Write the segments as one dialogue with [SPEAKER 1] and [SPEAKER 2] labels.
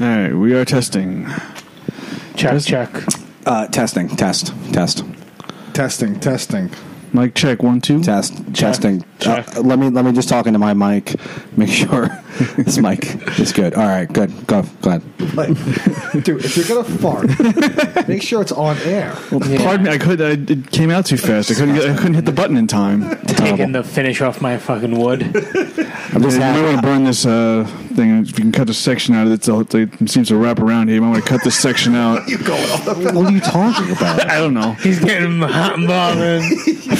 [SPEAKER 1] All right, we are testing.
[SPEAKER 2] Check, check.
[SPEAKER 3] Uh, testing, test, test,
[SPEAKER 4] Testing, testing.
[SPEAKER 1] Mic check one two.
[SPEAKER 3] test, testing. Uh, let me let me just talk into my mic. Make sure this mic is good. All right, good. Go, go ahead.
[SPEAKER 4] Like, dude, if you're gonna fart, make sure it's on air.
[SPEAKER 1] Pardon me, I could. I, it came out too fast. I couldn't. Get, I couldn't hit the button in time.
[SPEAKER 2] Taking the finish off my fucking wood.
[SPEAKER 1] I'm just you might want to burn this uh, thing. If you can cut this section out, it's all, it seems to wrap around here. You might want to cut this section out.
[SPEAKER 4] You going on?
[SPEAKER 3] What are you talking about?
[SPEAKER 1] I don't know.
[SPEAKER 2] He's getting hot and bothered.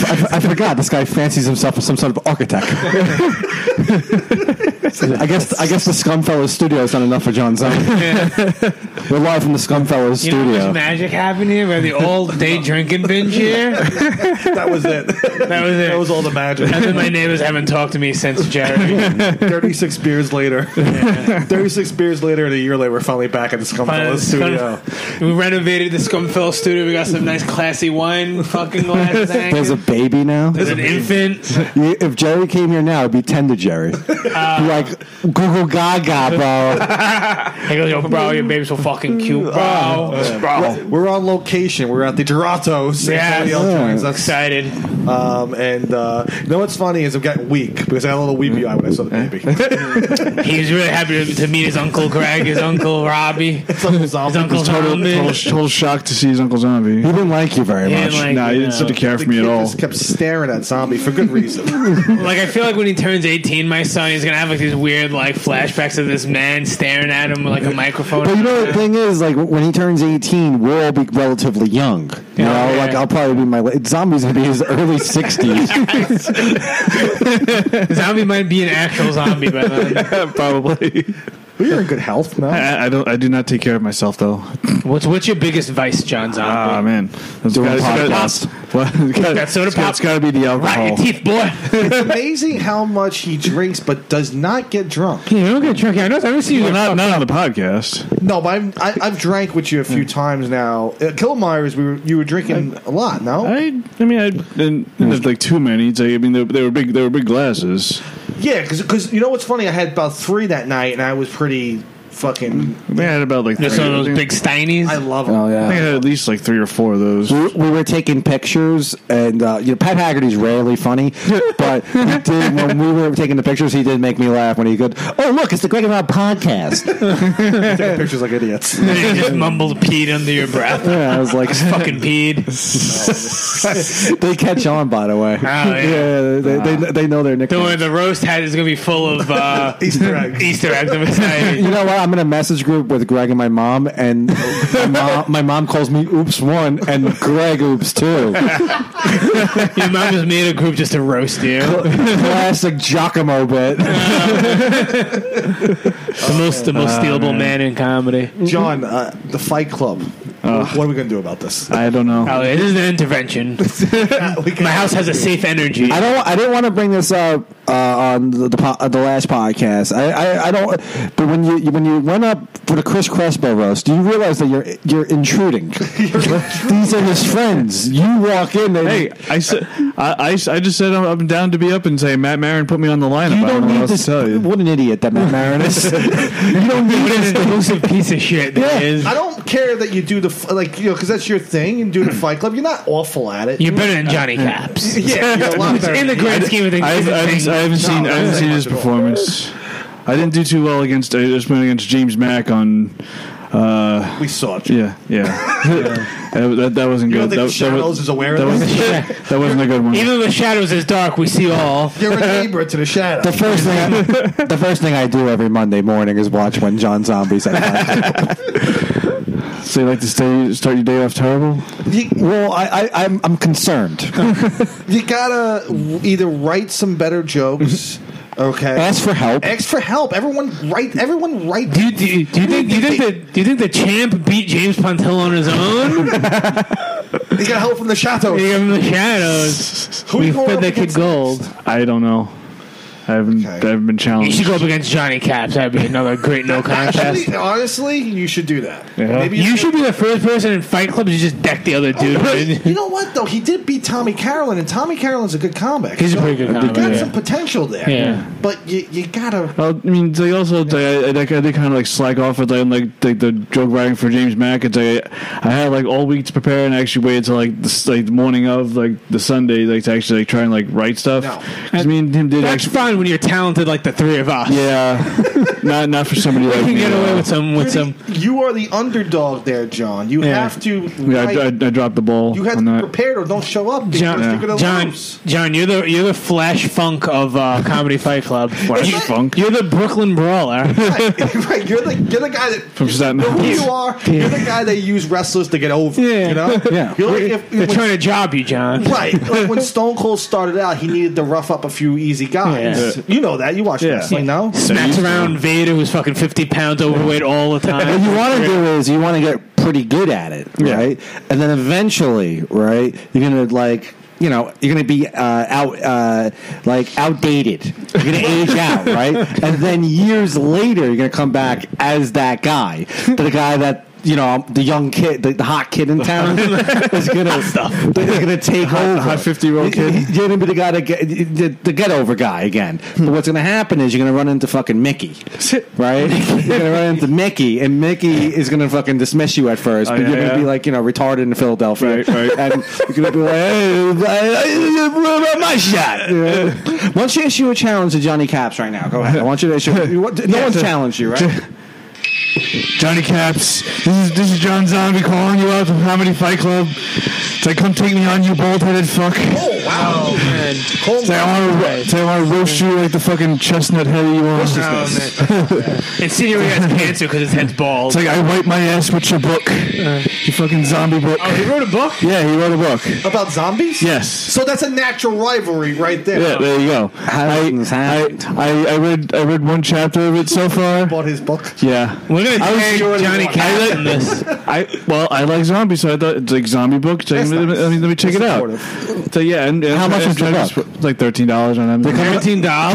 [SPEAKER 3] I, I forgot. This guy fancies himself some sort of architect. I guess I guess the Scumfellows studio is not enough for John Zion. We're live from the Scumfellows
[SPEAKER 2] You know how
[SPEAKER 3] studio.
[SPEAKER 2] much magic happened here by the old day drinking binge here? that
[SPEAKER 4] That was it. That
[SPEAKER 2] was it.
[SPEAKER 4] That was all the magic.
[SPEAKER 2] and then my neighbors haven't talked to me since Jerry.
[SPEAKER 4] 36 beers later. 36 beers later and a year later, we're finally back at the Scumfellow studio.
[SPEAKER 2] We renovated the Scumfell studio. We got some nice classy wine fucking glasses.
[SPEAKER 3] There's a
[SPEAKER 2] hanging.
[SPEAKER 3] baby now.
[SPEAKER 2] There's an infant.
[SPEAKER 3] You- If Jerry came here now, it'd be ten to Jerry. Be like Google Gaga, bro.
[SPEAKER 2] He goes, yo, bro, your baby's so fucking cute, bro. Bro.
[SPEAKER 4] We're on location. We're at the Gerato. Symphony
[SPEAKER 2] Yeah.
[SPEAKER 4] Electronics. That's-
[SPEAKER 2] Excited.
[SPEAKER 4] Um, and uh, you know what's funny is I'm getting weak because I had a little weepy eye when I saw the baby.
[SPEAKER 2] He's really happy to, to meet his uncle Greg, his uncle Robbie, his
[SPEAKER 4] Something's off.
[SPEAKER 2] uncle
[SPEAKER 1] Total,
[SPEAKER 2] Tommy.
[SPEAKER 1] total, total shock to see his uncle zombie.
[SPEAKER 3] He didn't like you very
[SPEAKER 2] Yeah,
[SPEAKER 3] much.
[SPEAKER 2] like,
[SPEAKER 1] nah, he
[SPEAKER 2] you
[SPEAKER 1] didn't seem
[SPEAKER 2] know.
[SPEAKER 1] to care for
[SPEAKER 4] The
[SPEAKER 1] me at
[SPEAKER 4] kid
[SPEAKER 1] all.
[SPEAKER 4] just kept staring at zombie for good reason.
[SPEAKER 2] Like I feel like when he turns 18, my son, he's gonna have like these weird like flashbacks of this man staring at him with like a microphone.
[SPEAKER 3] But you know the thing is, like when he turns eighteen, we'll all be relatively young. You
[SPEAKER 2] Yeah.
[SPEAKER 3] know,
[SPEAKER 2] Yeah.
[SPEAKER 3] like I'll probably be my zombies gonna be his early sixties.
[SPEAKER 2] zombie might be an actual zombie uh, by then.
[SPEAKER 1] Probably.
[SPEAKER 4] we are in good health now.
[SPEAKER 1] I, I don't. I do not take care of myself though.
[SPEAKER 2] What's what's your biggest vice, John
[SPEAKER 1] Ah
[SPEAKER 4] Uh,
[SPEAKER 2] Zombie?
[SPEAKER 1] man, that's
[SPEAKER 3] Doing
[SPEAKER 1] gotta-
[SPEAKER 3] podcasts.
[SPEAKER 1] Well, it's gotta-
[SPEAKER 2] That soda
[SPEAKER 1] it's gotta-
[SPEAKER 2] pop.
[SPEAKER 1] It's got to be the alcohol.
[SPEAKER 4] oh.
[SPEAKER 2] Rot your teeth, boy.
[SPEAKER 4] Amazing how much he drinks but does not get drunk.
[SPEAKER 2] you don't get drunk. I know. I've never seen
[SPEAKER 1] Well, not not on the podcast.
[SPEAKER 4] No, but I'm, I, I've drank with you a few times now. At Killmeyer's, we were, you were drinking a lot, no?
[SPEAKER 1] I I mean I didn't, didn't have like too many. It's like, I mean they, they were big they were big glasses.
[SPEAKER 4] Yeah, because you know what's funny? I had about three that night, and I was pretty fucking.
[SPEAKER 1] I think I had about like
[SPEAKER 2] Just one of those
[SPEAKER 1] I think-
[SPEAKER 2] big steinies.
[SPEAKER 4] I love them.
[SPEAKER 3] oh
[SPEAKER 1] I think I
[SPEAKER 3] yeah.
[SPEAKER 1] had at least like three or four of those.
[SPEAKER 3] We we were taking pictures, and uh, you know Pat Haggerty's rarely funny, but he did, when we were taking the pictures, he did make me laugh when he could. Oh look, it's the Greg and Rob podcast.
[SPEAKER 4] Taking pictures like idiots.
[SPEAKER 2] you just mumbled peed under your breath.
[SPEAKER 3] Yeah, I was like,
[SPEAKER 2] Just fucking peed.
[SPEAKER 3] they catch on, by the way.
[SPEAKER 4] Ah,
[SPEAKER 2] yeah.
[SPEAKER 3] they, they, they know their
[SPEAKER 2] Don't
[SPEAKER 3] nickname.
[SPEAKER 2] worry, the roast hat is gonna be full of uh,
[SPEAKER 4] Easter eggs.
[SPEAKER 2] Easter eggs. I'm excited.
[SPEAKER 3] You know what? I'm in a message group with Greg and my mom, and my mom, my mom calls me "Oops one" and Greg "Oops two.
[SPEAKER 2] Your mom just made a group just to roast you.
[SPEAKER 3] Classic Giacomo bit.
[SPEAKER 2] The most the
[SPEAKER 4] Uh,
[SPEAKER 2] most stealable man in comedy.
[SPEAKER 4] John, uh, the Fight Club. what are we going to do about this?
[SPEAKER 1] I don't know.
[SPEAKER 2] Oh, this is an intervention.
[SPEAKER 4] We can't-
[SPEAKER 2] My house has a safe energy.
[SPEAKER 3] I don't. I didn't want to bring this up uh, on the the, po- uh, the last podcast. I, I, I don't. But when you when you went up for the Chris Crespo roast, you realize that you're you're intruding. These are his friends. You walk in. And
[SPEAKER 1] Hey, I said I, I, I just said I'm, I'm down to be up and say Matt Marin put me on the lineup.
[SPEAKER 3] You
[SPEAKER 1] I
[SPEAKER 3] don't
[SPEAKER 1] know what
[SPEAKER 3] need
[SPEAKER 1] else to
[SPEAKER 3] this.
[SPEAKER 1] tell you.
[SPEAKER 3] What an idiot that Matt Marin is. you don't need
[SPEAKER 2] What
[SPEAKER 3] this.
[SPEAKER 2] an exclusive piece of shit that is.
[SPEAKER 4] I don't care that you do the f- like you know because that's your thing and do the Fight Club. You're not awful at it.
[SPEAKER 2] You're better than Johnny Caps.
[SPEAKER 4] yeah, you're a lot better.
[SPEAKER 2] In the grand scheme of things,
[SPEAKER 1] I haven't, I
[SPEAKER 2] it's
[SPEAKER 1] haven't,
[SPEAKER 2] a
[SPEAKER 1] I
[SPEAKER 2] thing.
[SPEAKER 1] haven't seen I haven't
[SPEAKER 4] No.
[SPEAKER 1] seen his performance. I didn't do too well against I just went against James Mack on. Uh,
[SPEAKER 4] we saw it.
[SPEAKER 1] yeah, yeah. that, that, that wasn't
[SPEAKER 4] You don't
[SPEAKER 1] good.
[SPEAKER 4] think
[SPEAKER 1] That,
[SPEAKER 4] the Shadows is aware
[SPEAKER 1] that,
[SPEAKER 4] of
[SPEAKER 1] was,
[SPEAKER 4] this?
[SPEAKER 1] that wasn't a good one.
[SPEAKER 2] Even though the shadows is dark, we see all.
[SPEAKER 4] You're a neighbor to the shadow.
[SPEAKER 3] The first thing I, the first thing I do every Monday morning is watch when John Zombie's at my-
[SPEAKER 1] So you like to stay, start your day off terrible?
[SPEAKER 3] Well, I, I I'm I'm concerned.
[SPEAKER 4] you gotta either write some better jokes Okay.
[SPEAKER 3] Ask for help.
[SPEAKER 4] Ask for help. Everyone write. Everyone write.
[SPEAKER 2] Do you, do you, do you think do you think that do you think the champ beat James Pontillo on his own?
[SPEAKER 4] He got help from the chateau.
[SPEAKER 2] Give him the shadows.
[SPEAKER 4] Who
[SPEAKER 2] we
[SPEAKER 4] you going
[SPEAKER 2] fed
[SPEAKER 4] up
[SPEAKER 2] that kid
[SPEAKER 4] against
[SPEAKER 2] gold.
[SPEAKER 1] I don't know. I haven't, I haven't been
[SPEAKER 2] You should
[SPEAKER 1] challenged.
[SPEAKER 2] go up against Johnny Caps. That'd be another great no contest.
[SPEAKER 4] Actually, honestly, you should do that.
[SPEAKER 1] Yeah.
[SPEAKER 4] Maybe
[SPEAKER 2] You should be the first person in Fight Club to just deck the other dude.
[SPEAKER 4] you know what though? He did beat Tommy Carolyn, and Tommy Carolyn's a good comic.
[SPEAKER 2] He's a pretty good
[SPEAKER 4] You got
[SPEAKER 2] comic,
[SPEAKER 4] some
[SPEAKER 2] yeah.
[SPEAKER 4] potential there.
[SPEAKER 2] Yeah.
[SPEAKER 4] But you, you gotta.
[SPEAKER 1] Well, I mean, they also they, I, they, they kind of like slack off with like, like the, the joke writing for James Mack. It's like I had like all week to prepare and I actually waited till like the s- like the morning of like the Sunday like to actually like try and like write stuff.
[SPEAKER 4] No.
[SPEAKER 1] 'Cause me and him did
[SPEAKER 2] That's
[SPEAKER 1] actually.
[SPEAKER 2] fun when you're talented like the three of us.
[SPEAKER 1] Yeah, not not for somebody like
[SPEAKER 2] You can
[SPEAKER 1] me.
[SPEAKER 2] get away with some with
[SPEAKER 4] You're
[SPEAKER 2] some.
[SPEAKER 4] the- you are the underdog there, John. You
[SPEAKER 2] Yeah.
[SPEAKER 4] have to.
[SPEAKER 1] Yeah, I,
[SPEAKER 4] write-
[SPEAKER 1] I, I dropped the ball.
[SPEAKER 4] you have
[SPEAKER 1] on
[SPEAKER 4] to be
[SPEAKER 1] that.
[SPEAKER 4] prepared, or don't show up. Because
[SPEAKER 2] John,
[SPEAKER 4] you're gonna
[SPEAKER 2] John,
[SPEAKER 4] lose.
[SPEAKER 2] John, you're the you're the Flash Funk of uh, Comedy Fight Club.
[SPEAKER 1] Flash
[SPEAKER 2] You-
[SPEAKER 1] Funk?
[SPEAKER 2] You're the Brooklyn Brawler.
[SPEAKER 4] right, right. You're the you're the guy that
[SPEAKER 1] From Staten
[SPEAKER 4] you know who
[SPEAKER 1] Island.
[SPEAKER 4] you are. You're the guy they use wrestlers to get over.
[SPEAKER 2] Yeah.
[SPEAKER 4] you know.
[SPEAKER 3] Yeah.
[SPEAKER 4] You're like if,
[SPEAKER 2] They're
[SPEAKER 4] when-
[SPEAKER 2] trying to job you, John.
[SPEAKER 4] right. Like when Stone Cold started out, he needed to rough up a few easy guys.
[SPEAKER 1] Yeah.
[SPEAKER 4] You know that. You watch
[SPEAKER 1] Yeah.
[SPEAKER 4] wrestling now.
[SPEAKER 2] Smacks
[SPEAKER 1] used to.
[SPEAKER 2] around Vader, who's fucking 50 pounds overweight all the
[SPEAKER 3] What
[SPEAKER 2] time.
[SPEAKER 3] you want to do is you want to get pretty good at it, right? And then eventually, right, you're gonna like. You know, you're gonna be uh, out, uh, like outdated. You're gonna age out, right? And then years later, you're gonna come back as that guy, the guy that you know, the young kid, the, the hot kid in town is gonna is gonna take over.
[SPEAKER 1] hot 50-year-old kid.
[SPEAKER 3] You're gonna be the guy that get the, the get over guy again.
[SPEAKER 1] Hmm.
[SPEAKER 3] But what's gonna happen is you're gonna run into fucking Mickey, right? you're gonna run into Mickey, and Mickey is gonna fucking dismiss you at first, but
[SPEAKER 1] Oh, yeah,
[SPEAKER 3] you're gonna
[SPEAKER 1] yeah.
[SPEAKER 3] be like you know retarded in Philadelphia,
[SPEAKER 1] Right, right.
[SPEAKER 3] and you're gonna be like, hey, I- I- what about my shot? Yeah. Why don't you issue a challenge to Johnny Caps right now? Go ahead. I want you to issue. you want- No one's challenged you, right?
[SPEAKER 1] Johnny Caps, this is this is John Zombie calling you out from Comedy Fight Club. It's like, come take me on, you bald-headed fuck.
[SPEAKER 4] Oh wow, man.
[SPEAKER 1] It's like, I want to, I want to roast you like the fucking chestnut head you are. It's
[SPEAKER 2] Oh, man. Insinuating has cancer because his head's bald.
[SPEAKER 1] like I wipe my ass with your book, your fucking zombie book.
[SPEAKER 2] oh, he wrote a book?
[SPEAKER 1] Yeah, he wrote a book.
[SPEAKER 4] About zombies?
[SPEAKER 1] Yes.
[SPEAKER 4] So that's a natural rivalry right there.
[SPEAKER 1] Yeah, there you go.
[SPEAKER 3] How
[SPEAKER 1] I,
[SPEAKER 3] did this
[SPEAKER 1] I,
[SPEAKER 3] happen?
[SPEAKER 1] I, I read I read one chapter of it so far.
[SPEAKER 4] Bought his book.
[SPEAKER 1] Yeah.
[SPEAKER 2] We're going to
[SPEAKER 1] I was
[SPEAKER 2] tag
[SPEAKER 1] sure
[SPEAKER 2] Johnny
[SPEAKER 4] it was.
[SPEAKER 1] I
[SPEAKER 2] Caps
[SPEAKER 1] like-
[SPEAKER 2] in this.
[SPEAKER 1] I well, I like zombies, so I thought it's like zombie book. So
[SPEAKER 4] That's
[SPEAKER 1] let, me,
[SPEAKER 4] nice.
[SPEAKER 1] let me let me check it out. So yeah, and, and
[SPEAKER 3] How much was the
[SPEAKER 1] I- I
[SPEAKER 3] book?
[SPEAKER 1] just- Like thirteen dollars on Amazon.
[SPEAKER 3] Can I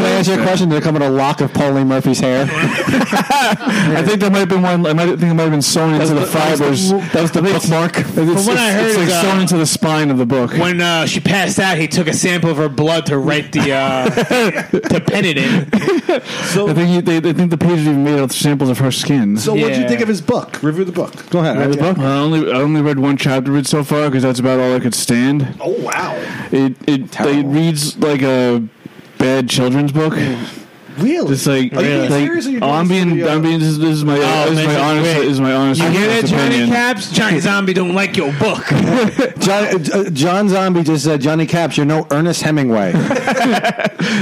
[SPEAKER 2] $13?
[SPEAKER 3] answer your question? Did it come in a lock of Pauline Murphy's hair?
[SPEAKER 1] I think there might have been one. I might think it might have been sewn into the fibers.
[SPEAKER 3] That was the bookmark.
[SPEAKER 1] It's,
[SPEAKER 2] what I
[SPEAKER 1] it's-
[SPEAKER 2] heard
[SPEAKER 1] it's like
[SPEAKER 2] is, uh,
[SPEAKER 1] sewn into the spine of the book.
[SPEAKER 2] When uh, she passed out, he took a sample of her blood to write the, uh, to pen it in.
[SPEAKER 1] I think he, they, they think the pages even made out of samples of her skin.
[SPEAKER 4] So what do you
[SPEAKER 2] Yeah.
[SPEAKER 4] think of his book? Review the book.
[SPEAKER 3] Go ahead.
[SPEAKER 1] I,
[SPEAKER 3] Okay.
[SPEAKER 1] I only I only read one chapter of it so far because that's about all I could stand.
[SPEAKER 4] Oh wow.
[SPEAKER 1] It it, it
[SPEAKER 3] Terrible.
[SPEAKER 1] reads like a bad children's book.
[SPEAKER 4] Really?
[SPEAKER 1] It's like,
[SPEAKER 4] Mm. Are you being
[SPEAKER 1] like,
[SPEAKER 4] serious or you
[SPEAKER 1] oh, I'm
[SPEAKER 4] doing
[SPEAKER 1] being
[SPEAKER 4] the, uh,
[SPEAKER 1] I'm being this, this is my
[SPEAKER 2] Oh,
[SPEAKER 1] this is my
[SPEAKER 2] man,
[SPEAKER 1] honest
[SPEAKER 2] wait.
[SPEAKER 1] is my honest.
[SPEAKER 2] You hear that,
[SPEAKER 1] honest
[SPEAKER 2] Johnny
[SPEAKER 1] opinion.
[SPEAKER 2] Caps? Johnny Zombie don't like your book.
[SPEAKER 3] John, uh, John Zombie just said, Johnny Caps, you're no Ernest Hemingway.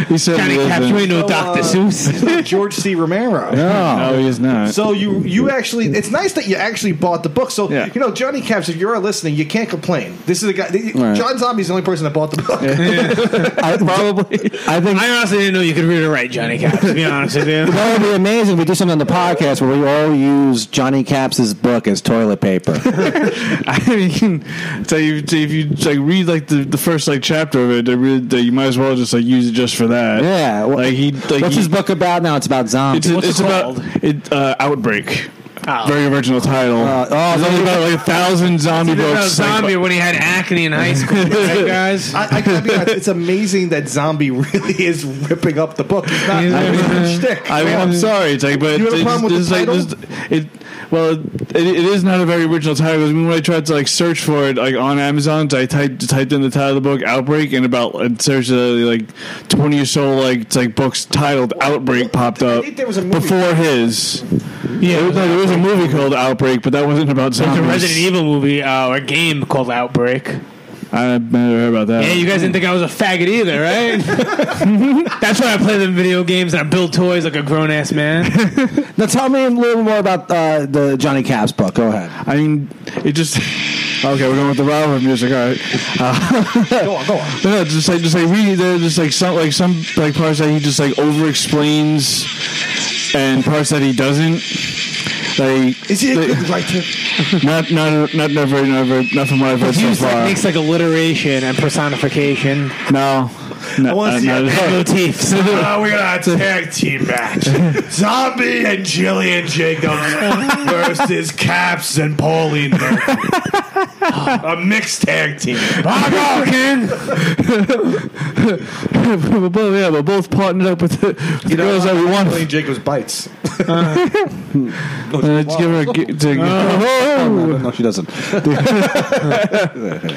[SPEAKER 1] He said
[SPEAKER 2] Johnny
[SPEAKER 1] he
[SPEAKER 2] Caps,
[SPEAKER 1] wasn't.
[SPEAKER 2] you ain't no
[SPEAKER 4] So,
[SPEAKER 2] Dr.
[SPEAKER 4] uh,
[SPEAKER 2] Seuss.
[SPEAKER 4] George C. Romero.
[SPEAKER 1] No, he is not.
[SPEAKER 4] So you you actually it's nice that you actually bought the book. So
[SPEAKER 1] Yeah.
[SPEAKER 4] you know Johnny Caps, if you are listening, you can't complain. This is a guy.
[SPEAKER 3] Right.
[SPEAKER 4] John Zombie's the only person that bought the book.
[SPEAKER 3] I, probably. I think
[SPEAKER 2] I honestly didn't know you could read or write Johnny Caps, to be honest with you.
[SPEAKER 3] that would be amazing if we do something on the podcast where we all use Johnny Caps' book as toilet paper.
[SPEAKER 1] I mean, so you, so if you like read like the, the first like chapter of it, they really, they, you might as well just like use it just for that.
[SPEAKER 3] Yeah. wh-
[SPEAKER 1] like he like
[SPEAKER 3] What's
[SPEAKER 1] he,
[SPEAKER 3] his book about now? It's about
[SPEAKER 1] It's,
[SPEAKER 3] zombies.
[SPEAKER 1] a,
[SPEAKER 2] What's
[SPEAKER 1] it's
[SPEAKER 2] it
[SPEAKER 1] about
[SPEAKER 2] called?
[SPEAKER 1] it, uh, Outbreak.
[SPEAKER 2] Oh.
[SPEAKER 1] Very original title.
[SPEAKER 3] Uh, oh,
[SPEAKER 1] There's only about like a thousand zombie
[SPEAKER 2] About
[SPEAKER 1] books. like-
[SPEAKER 2] zombie when he had acne in high school, right, guys?
[SPEAKER 4] I, I gotta be honest, it's amazing that Zombie really is ripping up the book. He's not it's a shtick.
[SPEAKER 1] I mean, I'm sorry, it's like, but
[SPEAKER 4] You have a
[SPEAKER 1] it's-
[SPEAKER 4] problem with
[SPEAKER 1] it's
[SPEAKER 4] the
[SPEAKER 1] like,
[SPEAKER 4] title?
[SPEAKER 1] this- it, well, it, it is not a very original title. 'cause when I tried to like search for it like on Amazon, I typed typed in the title of the book "Outbreak" and about and searched uh, like twenty or so like it's like books titled "Outbreak" popped
[SPEAKER 4] I
[SPEAKER 1] up
[SPEAKER 4] think there was a movie.
[SPEAKER 1] before his. Yeah, it was, no, there was a movie called "Outbreak," but that wasn't about
[SPEAKER 2] There's
[SPEAKER 1] zombies.
[SPEAKER 2] a Resident Evil movie uh, or game called Outbreak.
[SPEAKER 1] I never heard about that.
[SPEAKER 2] Yeah, you guys didn't think I was a faggot either, right? That's why I play the video games and I build toys like a grown ass man.
[SPEAKER 3] now tell me a little more about uh, the Johnny Caps book. Go ahead.
[SPEAKER 1] I mean, it just Okay, we're going with the Robert music. All right.
[SPEAKER 4] Go on, go on.
[SPEAKER 1] No, no, just like just like we there just like some like some like parts that he just like over explains and parts that he doesn't. Like
[SPEAKER 4] Is he a
[SPEAKER 1] they-
[SPEAKER 4] good writer?
[SPEAKER 1] not not not never never not from what I've read
[SPEAKER 2] He
[SPEAKER 1] so
[SPEAKER 2] was like,
[SPEAKER 1] far.
[SPEAKER 2] makes like alliteration and personification. Uh,
[SPEAKER 1] No. No,
[SPEAKER 4] wanna see
[SPEAKER 1] no, no.
[SPEAKER 4] it.
[SPEAKER 2] Motifs.
[SPEAKER 4] Oh, we got a tag team match. Zombie and Jillian Jacobs versus Caps and Pauline. Murphy. a mixed tag team. I'm Ken.
[SPEAKER 1] we're both, yeah, we're both partnered up with the, with the girls that we want.
[SPEAKER 4] Jillian Jacobs bites.
[SPEAKER 1] Uh, to give her a, gi- to,
[SPEAKER 3] No, she doesn't.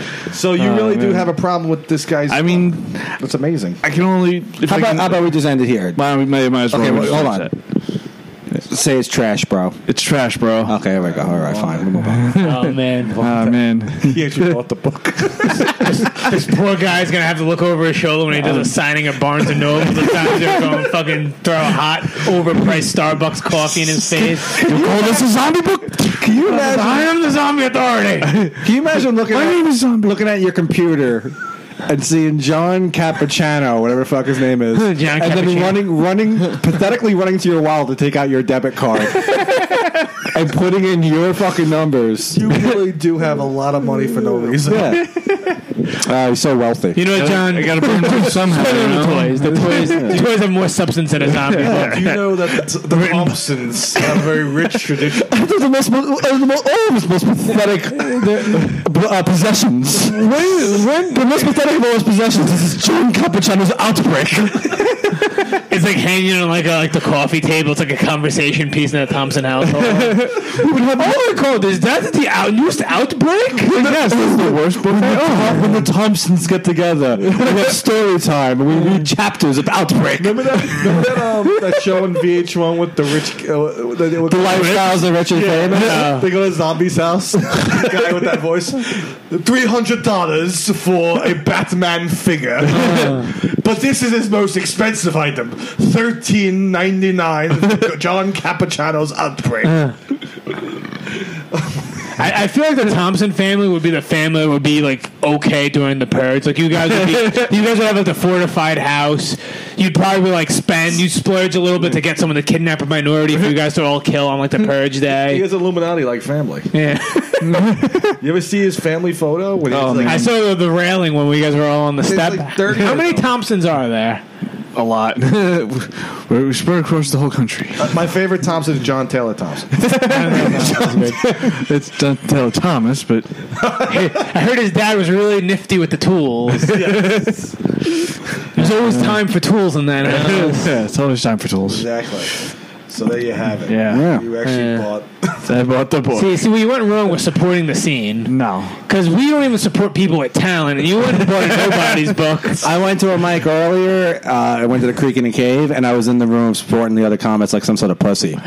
[SPEAKER 4] So you really do have a problem with this guy's.
[SPEAKER 1] I mean,
[SPEAKER 4] that's amazing.
[SPEAKER 1] I can only. If
[SPEAKER 3] How
[SPEAKER 1] I
[SPEAKER 3] about,
[SPEAKER 1] can,
[SPEAKER 3] how about we just end it here?
[SPEAKER 1] Why don't we may, might as uh, well.
[SPEAKER 3] Okay, well, hold
[SPEAKER 1] finish
[SPEAKER 3] on.
[SPEAKER 1] it.
[SPEAKER 3] Say it's trash, bro.
[SPEAKER 1] It's trash, bro.
[SPEAKER 4] Uh,
[SPEAKER 3] Okay, there we go. All right, fine. We'll move on.
[SPEAKER 2] oh man,
[SPEAKER 1] Ah, man.
[SPEAKER 4] He actually bought the book.
[SPEAKER 2] this poor guy's gonna have to look over his shoulder when he does a signing at Barnes and Noble. Sometimes they're gonna fucking throw a hot, overpriced Starbucks coffee in his face.
[SPEAKER 3] Oh, this is zombie book. Can you imagine?
[SPEAKER 2] I am the zombie authority.
[SPEAKER 3] Can you imagine looking?
[SPEAKER 1] My
[SPEAKER 3] at,
[SPEAKER 1] name is Zombie.
[SPEAKER 3] Looking at your computer and seeing John Capuchano, whatever the fuck his name is,
[SPEAKER 2] John
[SPEAKER 3] and then
[SPEAKER 2] Capuchino.
[SPEAKER 3] running, running, pathetically running to your wallet to take out your debit card and putting in your fucking numbers.
[SPEAKER 4] You really do have a lot of money for no reason.
[SPEAKER 3] Yeah, uh, he's so wealthy.
[SPEAKER 2] You know what, John?
[SPEAKER 1] I gotta burn through somehow. you
[SPEAKER 2] the
[SPEAKER 1] know?
[SPEAKER 2] toys. The toys. The toys have more substance than a zombie. book.
[SPEAKER 4] Do you know that the, the Thompsons have a very rich tradition?
[SPEAKER 3] Those are the most, uh, the most, oh, the most pathetic uh, possessions. When, when the most pathetic of all his possessions is John Capuchano's outbreak.
[SPEAKER 2] It's like hanging on like a, like the coffee table. It's like a conversation piece in a Thompson household.
[SPEAKER 3] oh my god, is that the out- newest outbreak? yes, this is the worst book. When the,
[SPEAKER 1] Oh.
[SPEAKER 3] Thom- when the Thompsons get together, we have story time, and we read chapters of outbreak. The
[SPEAKER 4] Remember that, remember that, um, that show on VH1 with the rich. Uh, they, they were-
[SPEAKER 3] lifestyles of rich and famous.
[SPEAKER 4] they go to Zombie's house. the guy with that voice. $300 for a Batman figure. but this is his most expensive item. Thirteen ninety nine. for John Capuchano's Outbreak.
[SPEAKER 2] I, I feel like the Thompson family would be the family that would be like okay during the purge. Like you guys would be, you guys would have like the fortified house. You'd probably like spend, you'd splurge a little bit to get someone to kidnap a minority for you guys to all kill on like the purge
[SPEAKER 4] He
[SPEAKER 2] day.
[SPEAKER 4] has Illuminati like family.
[SPEAKER 2] Yeah,
[SPEAKER 4] You ever see his family photo? When he's like,
[SPEAKER 2] I saw the, the railing when we guys were all on the step.
[SPEAKER 4] like 30
[SPEAKER 2] How many
[SPEAKER 4] of them.
[SPEAKER 2] Thompsons are there?
[SPEAKER 1] A lot. We're we're spread across the whole country.
[SPEAKER 4] My favorite Thompson is John Taylor Thompson.
[SPEAKER 1] It's don't tell Thomas, but
[SPEAKER 2] I heard his dad was really nifty with the tools. There's always time for tools in that house.
[SPEAKER 1] yeah, it's always time for tools.
[SPEAKER 4] exactly. So there you have it.
[SPEAKER 1] Yeah.
[SPEAKER 4] You actually
[SPEAKER 2] Yeah.
[SPEAKER 4] bought.
[SPEAKER 1] I bought the book.
[SPEAKER 2] See, see, we went wrong with supporting the scene.
[SPEAKER 1] No.
[SPEAKER 2] Because we don't even support people with talent, and you wouldn't support nobody's books.
[SPEAKER 3] I went to a mic earlier. Uh, I went to the creek in the cave, and I was in the room supporting the other comments like some sort of pussy,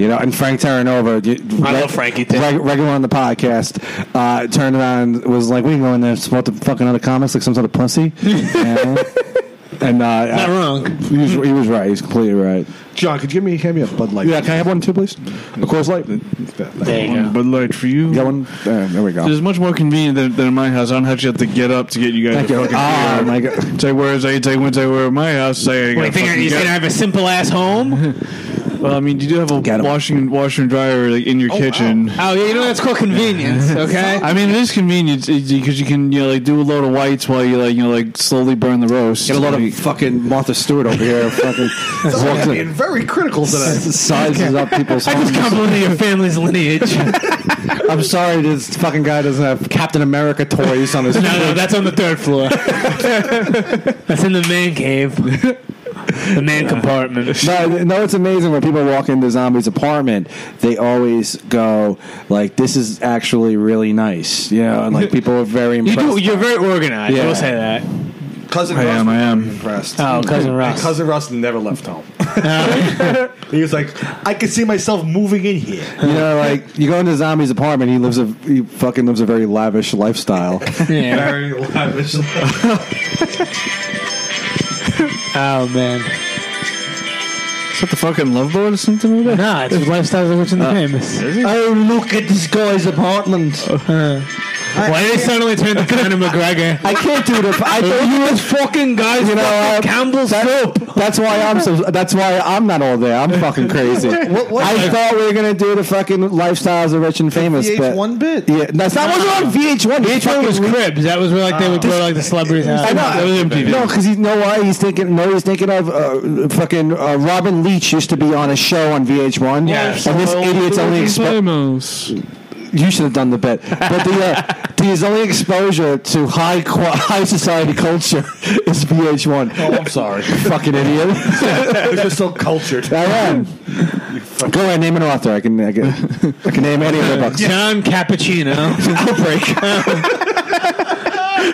[SPEAKER 3] you know. And Frank Terranova, you,
[SPEAKER 2] I love Frankie, too.
[SPEAKER 3] reg- regular on the podcast, uh, turned around and was like, "We can go in there and support the fucking other comments like some sort of pussy." Yeah. And uh,
[SPEAKER 2] Not
[SPEAKER 3] I-
[SPEAKER 2] wrong.
[SPEAKER 3] He was, he was right. He's completely right.
[SPEAKER 4] John, could you give me hand me a Bud Light?
[SPEAKER 3] Yeah, can I have one too, please? Of course, light. You
[SPEAKER 2] There you
[SPEAKER 1] One
[SPEAKER 2] go.
[SPEAKER 1] Bud Light for you.
[SPEAKER 3] got one? uh, There, there we go.
[SPEAKER 1] It's much more convenient than, than in my house. I don't actually have to get up to get you guys.
[SPEAKER 3] Thank
[SPEAKER 1] a
[SPEAKER 3] you.
[SPEAKER 1] fucking
[SPEAKER 3] Ah,
[SPEAKER 1] beer.
[SPEAKER 3] my God.
[SPEAKER 1] It's like whereas I it's like once I were at my house, I
[SPEAKER 2] What, you
[SPEAKER 1] gotta
[SPEAKER 2] think
[SPEAKER 1] fucking
[SPEAKER 2] he's
[SPEAKER 1] get-
[SPEAKER 2] gonna have a simple ass home?
[SPEAKER 1] Well, I mean, you do have a
[SPEAKER 3] Get 'em.
[SPEAKER 1] washing washer and dryer like in your kitchen.
[SPEAKER 2] Oh yeah, you know that's called convenience. Okay.
[SPEAKER 1] I mean, it is convenient because you can you know like do a load of whites while you like you know like slowly burn the roast.
[SPEAKER 3] Get a lot
[SPEAKER 1] Like,
[SPEAKER 3] of fucking Martha Stewart over here. Fucking walks
[SPEAKER 4] Being
[SPEAKER 3] in,
[SPEAKER 4] very critical today.
[SPEAKER 3] sizes up people's
[SPEAKER 2] I just
[SPEAKER 3] homes.
[SPEAKER 2] complimented your family's lineage. no,
[SPEAKER 3] I'm sorry, this fucking guy doesn't have Captain America toys on his.
[SPEAKER 2] no, that's on the third floor. that's in the man cave, the man compartment.
[SPEAKER 3] No, no, it's amazing when people walk into Zombie's apartment. They always go like, "This is actually really nice," you know, and like people are very
[SPEAKER 2] You
[SPEAKER 3] impressed.
[SPEAKER 2] do. You're very organized.
[SPEAKER 3] Yeah.
[SPEAKER 2] I will say that.
[SPEAKER 4] Cousin
[SPEAKER 1] I
[SPEAKER 4] Russ
[SPEAKER 1] am,
[SPEAKER 4] was
[SPEAKER 1] I am.
[SPEAKER 4] really impressed.
[SPEAKER 2] Oh, cousin
[SPEAKER 4] And
[SPEAKER 2] Ross.
[SPEAKER 4] cousin Russ never left home. he was like, I could see myself moving in here.
[SPEAKER 3] You know, like you go into Zombie's apartment. He lives a he fucking lives a very lavish lifestyle.
[SPEAKER 2] yeah.
[SPEAKER 4] Very lavish.
[SPEAKER 2] Oh man.
[SPEAKER 1] is that the fucking love boat or something like that?
[SPEAKER 2] Nah, Uh, it's lifestyle of rich and the famous.
[SPEAKER 3] oh, look at this guy's apartment.
[SPEAKER 2] Why did they suddenly turn to Conor McGregor?
[SPEAKER 3] I can't do the. I don't you as fucking guys. You know, uh,
[SPEAKER 2] Campbell's
[SPEAKER 3] that, That's why I'm so. That's why I'm not all there. I'm fucking crazy. I thought we were gonna do the fucking lifestyles of rich and famous, but
[SPEAKER 4] VH1 bit.
[SPEAKER 3] yeah, that's not what was on VH1.
[SPEAKER 2] H1 was Cribs. That was where like they would go to,
[SPEAKER 3] Uh,
[SPEAKER 2] like the celebrities. and
[SPEAKER 3] I
[SPEAKER 2] stuff. That was
[SPEAKER 3] know.
[SPEAKER 2] MTV.
[SPEAKER 3] No, because you know why he's thinking. No, he's thinking of uh, fucking uh, Robin Leach used to be on a show on VH1.
[SPEAKER 2] Yes.
[SPEAKER 3] and this idiot's only expo- you should have done the bit. But the uh, the- his only exposure to high qu- high society culture is VH1.
[SPEAKER 4] Oh, I'm sorry.
[SPEAKER 3] Fucking idiot!
[SPEAKER 4] Because you're so cultured.
[SPEAKER 3] I am. Go ahead, name an author. I can I can, I can name any of their books.
[SPEAKER 2] John Cappuccino.
[SPEAKER 3] break.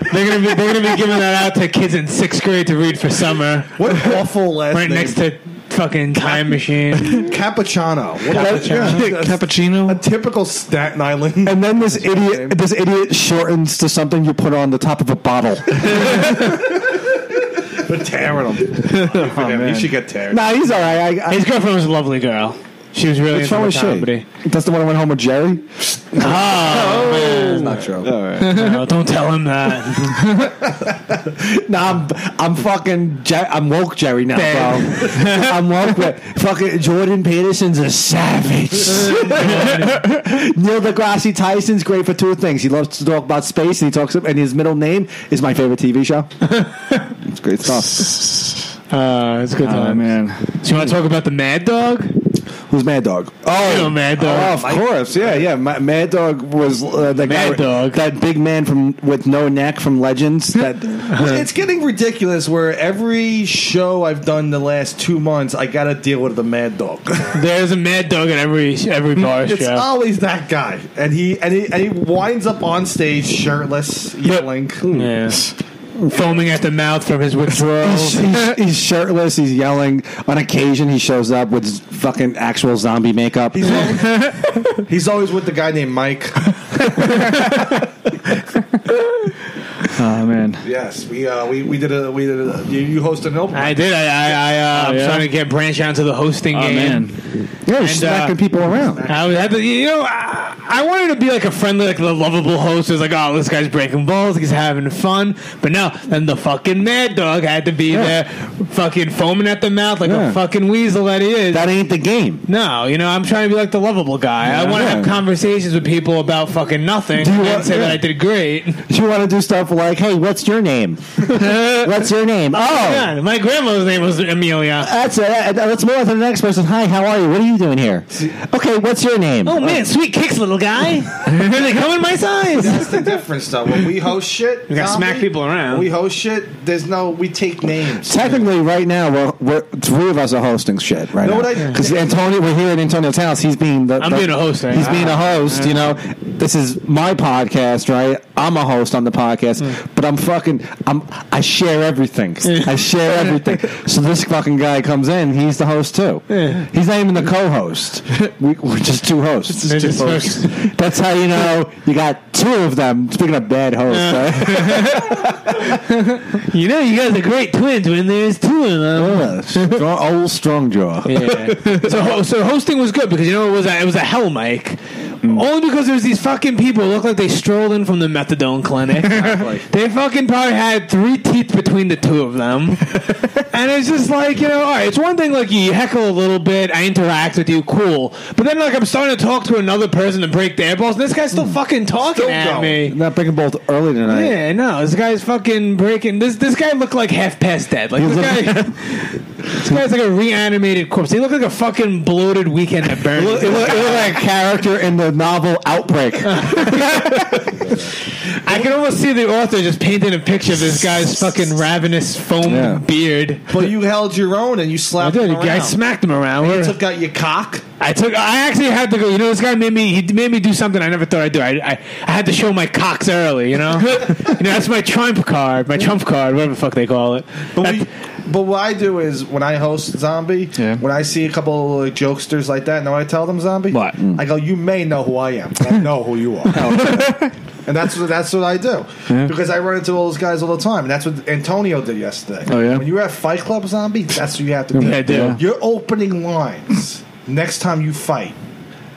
[SPEAKER 2] they're gonna be they're gonna be giving that out to kids in sixth grade to read for summer.
[SPEAKER 4] What an awful last
[SPEAKER 2] Right
[SPEAKER 4] name.
[SPEAKER 2] next to fucking Time Machine.
[SPEAKER 4] Cappuccino.
[SPEAKER 2] Cappuccino.
[SPEAKER 4] What A, yeah, that's a
[SPEAKER 1] Cappuccino.
[SPEAKER 4] typical Staten Island.
[SPEAKER 3] And then this idiot, this idiot shortens to something you put on the top of a bottle.
[SPEAKER 4] But tearing him. you should get teared.
[SPEAKER 3] nah, he's all right. I, I,
[SPEAKER 2] His girlfriend was a lovely girl. She was really
[SPEAKER 3] which one
[SPEAKER 2] into
[SPEAKER 3] was
[SPEAKER 2] the comedy.
[SPEAKER 3] she? That's the one who went home with Jerry. Oh,
[SPEAKER 4] That's not true.
[SPEAKER 2] No, Uh, don't tell him that.
[SPEAKER 3] Nah, I'm, I'm fucking, Jer- I'm woke Jerry now, bro. I'm woke. But fucking Jordan Peterson's a savage. Neil deGrasse Tyson's great for two things. He loves to talk about space, and he talks, and his middle name is my favorite TV show. it's great stuff.
[SPEAKER 2] Uh, it's a good
[SPEAKER 1] Oh
[SPEAKER 2] time.
[SPEAKER 1] man,
[SPEAKER 2] Do you want to talk about the Mad Dog?
[SPEAKER 3] Who's Mad Dog?
[SPEAKER 2] You know, Mad
[SPEAKER 3] Oh,
[SPEAKER 2] Dog.
[SPEAKER 3] of course, yeah, yeah. Ma- Mad Dog was uh, the guy,
[SPEAKER 2] Mad Dog.
[SPEAKER 3] that big man from with no neck from Legends. That
[SPEAKER 4] Well, it's getting ridiculous where every show I've done the last two months, I got to deal with the mad dog.
[SPEAKER 2] There's a Mad Dog at every every bar
[SPEAKER 4] it's
[SPEAKER 2] show.
[SPEAKER 4] always that guy. And he, and he and he winds up on stage shirtless, yelling.
[SPEAKER 2] Yeah. Foaming at the mouth from his withdrawal.
[SPEAKER 3] He's, he's, he's shirtless. He's yelling. On occasion, he shows up with fucking actual zombie makeup.
[SPEAKER 4] He's always, he's always with the guy named Mike.
[SPEAKER 1] oh man.
[SPEAKER 4] Yes, we uh, we, we did a we did a you, you hosted an open.
[SPEAKER 2] I did. I, I, I
[SPEAKER 3] Oh,
[SPEAKER 2] uh, I'm
[SPEAKER 1] yeah?
[SPEAKER 2] trying to get branch out to the hosting
[SPEAKER 1] Oh
[SPEAKER 2] game.
[SPEAKER 1] man.
[SPEAKER 3] yeah, he's
[SPEAKER 2] and, uh,
[SPEAKER 3] smacking people around.
[SPEAKER 2] I was, I, you know, I, I wanted to be like a friendly, like the lovable host. It was like, oh, this guy's breaking balls, he's having fun. But no, then the fucking mad dog had to be there, fucking foaming at the mouth like
[SPEAKER 3] Yeah.
[SPEAKER 2] a fucking weasel that he is.
[SPEAKER 3] That ain't the game.
[SPEAKER 2] no, you know, I'm trying to be like the lovable guy. I want to
[SPEAKER 3] Yeah.
[SPEAKER 2] have conversations with people about fucking nothing
[SPEAKER 3] you
[SPEAKER 2] and
[SPEAKER 3] want-
[SPEAKER 2] say that
[SPEAKER 3] yeah.
[SPEAKER 2] I did great.
[SPEAKER 3] You want to do stuff like, "Hey, what's your name? what's your name? Oh,
[SPEAKER 2] God, my grandmother's name was Amelia.
[SPEAKER 3] that's it. Uh, Let's move on to the next person. Hi, how are you? What are you doing here? Okay, what's your name?
[SPEAKER 2] Oh man, sweet kicks, little guy. they come in my size.
[SPEAKER 4] That's the difference, though. When we host shit,
[SPEAKER 2] We gotta
[SPEAKER 4] zombie,
[SPEAKER 2] smack people around.
[SPEAKER 4] when we host shit. There's no we take names.
[SPEAKER 3] Technically, right now, we're, we're three of us are hosting shit right
[SPEAKER 4] Know what
[SPEAKER 3] now.
[SPEAKER 4] I-
[SPEAKER 3] Because Antonio, we're here at Antonio's house. He's being the.
[SPEAKER 2] I'm
[SPEAKER 3] the-
[SPEAKER 2] being a host, eh?
[SPEAKER 3] He's being a host. You know, this is my podcast, right? I'm a host on the podcast,
[SPEAKER 2] Hmm.
[SPEAKER 3] but I'm fucking. I'm. I share everything. I share everything. So this fucking guy comes in. He's the host too. He's not even the co-host. We, we're just two hosts.
[SPEAKER 2] They're just hosts.
[SPEAKER 3] That's how you know you got two of them. Speaking of bad hosts, right?
[SPEAKER 2] You know, you guys are great twins when there's two of them.
[SPEAKER 3] Yeah. Strong- old strong jaw.
[SPEAKER 2] Yeah. so so hosting was good because you know it was a, it was a hell mic. Only because there was these fucking people who looked like they strolled in from the methadone clinic. they fucking probably had three teeth between the two of them, and it's just like you know, all right, it's one thing like you heckle a little bit, I interact with you, cool, but then like I'm starting to talk to another person and break their balls, and this guy's Mm. still fucking talking
[SPEAKER 4] Still
[SPEAKER 2] at me.
[SPEAKER 4] going.
[SPEAKER 3] Not breaking both early tonight.
[SPEAKER 2] Yeah, no, this guy's fucking breaking. This this guy looked like half past dead. Like this guy, this guy's like a reanimated corpse. He looked like a fucking bloated weekend at
[SPEAKER 3] It looked, it,
[SPEAKER 2] Bernie's.
[SPEAKER 3] looked, it looked like a character in the novel Outbreak.
[SPEAKER 2] I can almost see the author just painting a picture of this guy's fucking ravenous foam
[SPEAKER 3] Yeah.
[SPEAKER 2] beard.
[SPEAKER 4] But you held your own and you
[SPEAKER 2] I
[SPEAKER 4] slapped
[SPEAKER 2] did.
[SPEAKER 4] him
[SPEAKER 2] I
[SPEAKER 4] around.
[SPEAKER 2] smacked him around.
[SPEAKER 4] You
[SPEAKER 2] We're-
[SPEAKER 4] took out your cock.
[SPEAKER 2] I took. I actually had to go. You know, this guy made me. He made me do something I never thought I'd do. I, I, I had to show my cocks early. You know, you know that's my trump card, my trump card, whatever the fuck they call it.
[SPEAKER 4] But,
[SPEAKER 2] That-
[SPEAKER 4] we, but what I do is when I host Zombie,
[SPEAKER 1] Yeah.
[SPEAKER 4] when I see a couple like, jokesters like that, now I tell them Zombie.
[SPEAKER 1] What? Oh.
[SPEAKER 4] I go, you may know who I am. But I know who you are. and that's what that's what I do because I run into all those guys all the time. And that's what Antonio did yesterday.
[SPEAKER 1] Oh, yeah?
[SPEAKER 4] When you were at Fight Club Zombie, that's what you have to do.
[SPEAKER 2] Yeah, I do.
[SPEAKER 4] Your opening lines next time you fight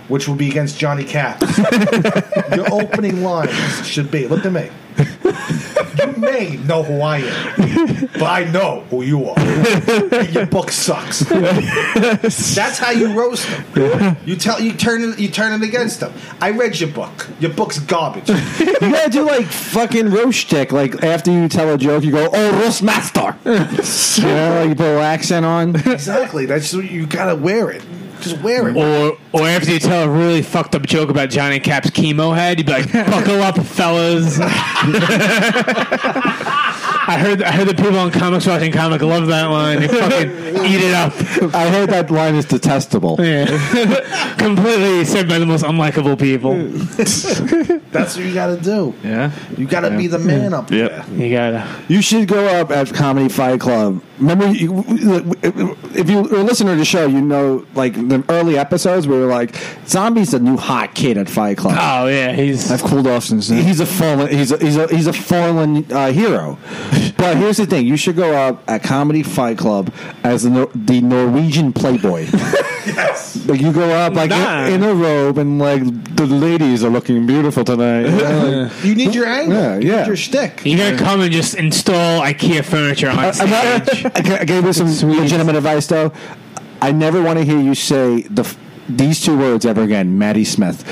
[SPEAKER 4] which will be against Johnny Caps. Your opening lines should be look at me. You may know who I am, but I know who you are. And your book sucks. That's how you roast them. You tell you turn it you turn it against them. I read your book. Your book's garbage.
[SPEAKER 3] You gotta do like fucking roast shtick. Like after you tell a joke, you go, "Oh, roast master." you know, like you put an accent on.
[SPEAKER 4] exactly. That's what you gotta wear it. Just wear it.
[SPEAKER 2] Or, or after you tell a really fucked up joke about Johnny Cap's chemo head, you'd be like, "Buckle up, fellas." I heard, I heard the people on comics watching comic love that line. They fucking eat it up.
[SPEAKER 3] I heard that line is detestable.
[SPEAKER 2] Yeah. Completely said by the most unlikable people.
[SPEAKER 4] That's what you gotta do.
[SPEAKER 2] Yeah.
[SPEAKER 4] You gotta be the man up
[SPEAKER 1] Yep.
[SPEAKER 4] there.
[SPEAKER 2] You gotta.
[SPEAKER 3] You should go up at Comedy Fight Club. Remember, you, if you were a listener to the show, you know, like the early episodes, we were like, "Zombie's the new hot kid at Fight Club."
[SPEAKER 2] Oh yeah, he's.
[SPEAKER 1] I've cooled off since then.
[SPEAKER 3] He's a fallen. He's a, he's a, he's a fallen uh, hero. But here's the thing: you should go up at Comedy Fight Club as the, Nor- the Norwegian playboy.
[SPEAKER 4] Yes.
[SPEAKER 3] Like you go up like
[SPEAKER 2] Nah.
[SPEAKER 3] in, in a robe and like the ladies are looking beautiful tonight. Yeah, like,
[SPEAKER 4] You need your angle.
[SPEAKER 3] Yeah,
[SPEAKER 4] you need
[SPEAKER 3] yeah.
[SPEAKER 4] your shtick.
[SPEAKER 2] You're gonna come and just install IKEA furniture
[SPEAKER 1] Uh,
[SPEAKER 2] on
[SPEAKER 3] I'm not-
[SPEAKER 2] stage.
[SPEAKER 3] I, g- I gave you some legitimate advice though. I never want to hear you say the f- these two words ever again, Maddie Smith.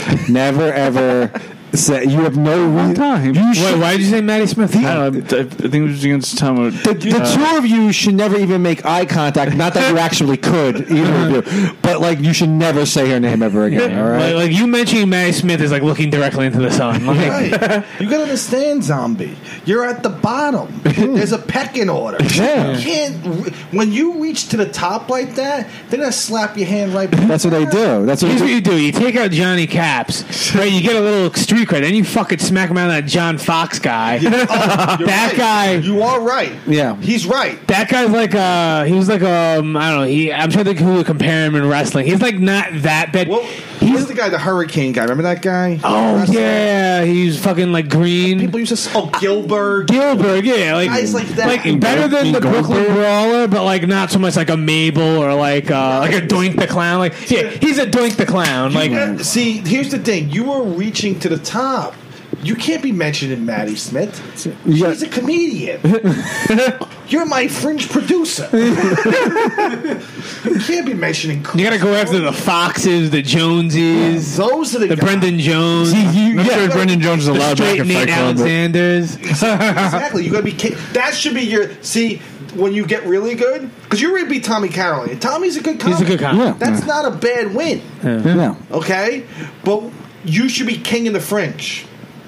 [SPEAKER 3] Never ever say you have no one
[SPEAKER 1] time.
[SPEAKER 3] You
[SPEAKER 2] Wait,
[SPEAKER 3] should,
[SPEAKER 2] why did you say Maddie Smith?
[SPEAKER 1] I, don't know, I I think it was against Tom. or-
[SPEAKER 3] the, the
[SPEAKER 1] uh,
[SPEAKER 3] two of you should never even make eye contact. Not that you actually could, either of you, but like you should never say her name ever again. All
[SPEAKER 2] Like,
[SPEAKER 3] right.
[SPEAKER 2] like you mentioning Maddie Smith is like looking directly into the sun. Like,
[SPEAKER 4] Right. you gotta understand, zombie. You're at the bottom. There's a pecking order.
[SPEAKER 3] Yeah.
[SPEAKER 4] You can't. re- When you reach to the top like that, they're gonna slap your hand right back.
[SPEAKER 3] That's what they do. That's what
[SPEAKER 2] Here's
[SPEAKER 3] they
[SPEAKER 2] what
[SPEAKER 3] do.
[SPEAKER 2] you do: you take out Johnny Caps, right? You get a little street cred, then you fucking smack him out of that John Fox guy.
[SPEAKER 4] Oh, you're
[SPEAKER 2] That
[SPEAKER 4] right.
[SPEAKER 2] guy-
[SPEAKER 4] You are right.
[SPEAKER 3] Yeah.
[SPEAKER 4] He's right.
[SPEAKER 2] That guy's like uh he was like um I don't know he I'm trying to think who would compare him in wrestling. He's like not that bad.
[SPEAKER 4] Well, he's the guy, the hurricane guy. Remember that guy?
[SPEAKER 2] oh
[SPEAKER 4] Wrestler?
[SPEAKER 2] yeah, he's fucking like green.
[SPEAKER 4] People used to. s- Oh, Gilbert.
[SPEAKER 2] Gilbert, yeah, like
[SPEAKER 4] Guys like that.
[SPEAKER 2] better than the Brooklyn Brawler, but like not so much like a Mabel or like uh like a Doink the Clown. Like yeah, he's a Doink the Clown. Like
[SPEAKER 4] Yeah, see, here's the thing. You were reaching to the top. You can't be mentioning Maddie Smith.
[SPEAKER 3] Yeah.
[SPEAKER 4] She's a comedian. You're my fringe producer. you can't be mentioning.
[SPEAKER 2] you gotta go after the Foxes, the Joneses,
[SPEAKER 4] Those are the,
[SPEAKER 2] the
[SPEAKER 4] guys.
[SPEAKER 2] Brendan Jones,
[SPEAKER 1] I'm not
[SPEAKER 4] yeah.
[SPEAKER 1] sure if Brendan Jones is
[SPEAKER 2] the
[SPEAKER 1] allowed back
[SPEAKER 2] straight
[SPEAKER 1] in Fight
[SPEAKER 2] Nate
[SPEAKER 1] Club. but-
[SPEAKER 2] Alexanders.
[SPEAKER 4] Exactly. You gotta be. ki- That should be your. See, when you get really good, because you're gonna be Tommy Carroll, and Tommy's a good comic.
[SPEAKER 2] He's a good comic.
[SPEAKER 3] Yeah.
[SPEAKER 4] That's not a bad win.
[SPEAKER 3] Yeah.
[SPEAKER 4] Okay, but you should be king of the fringe.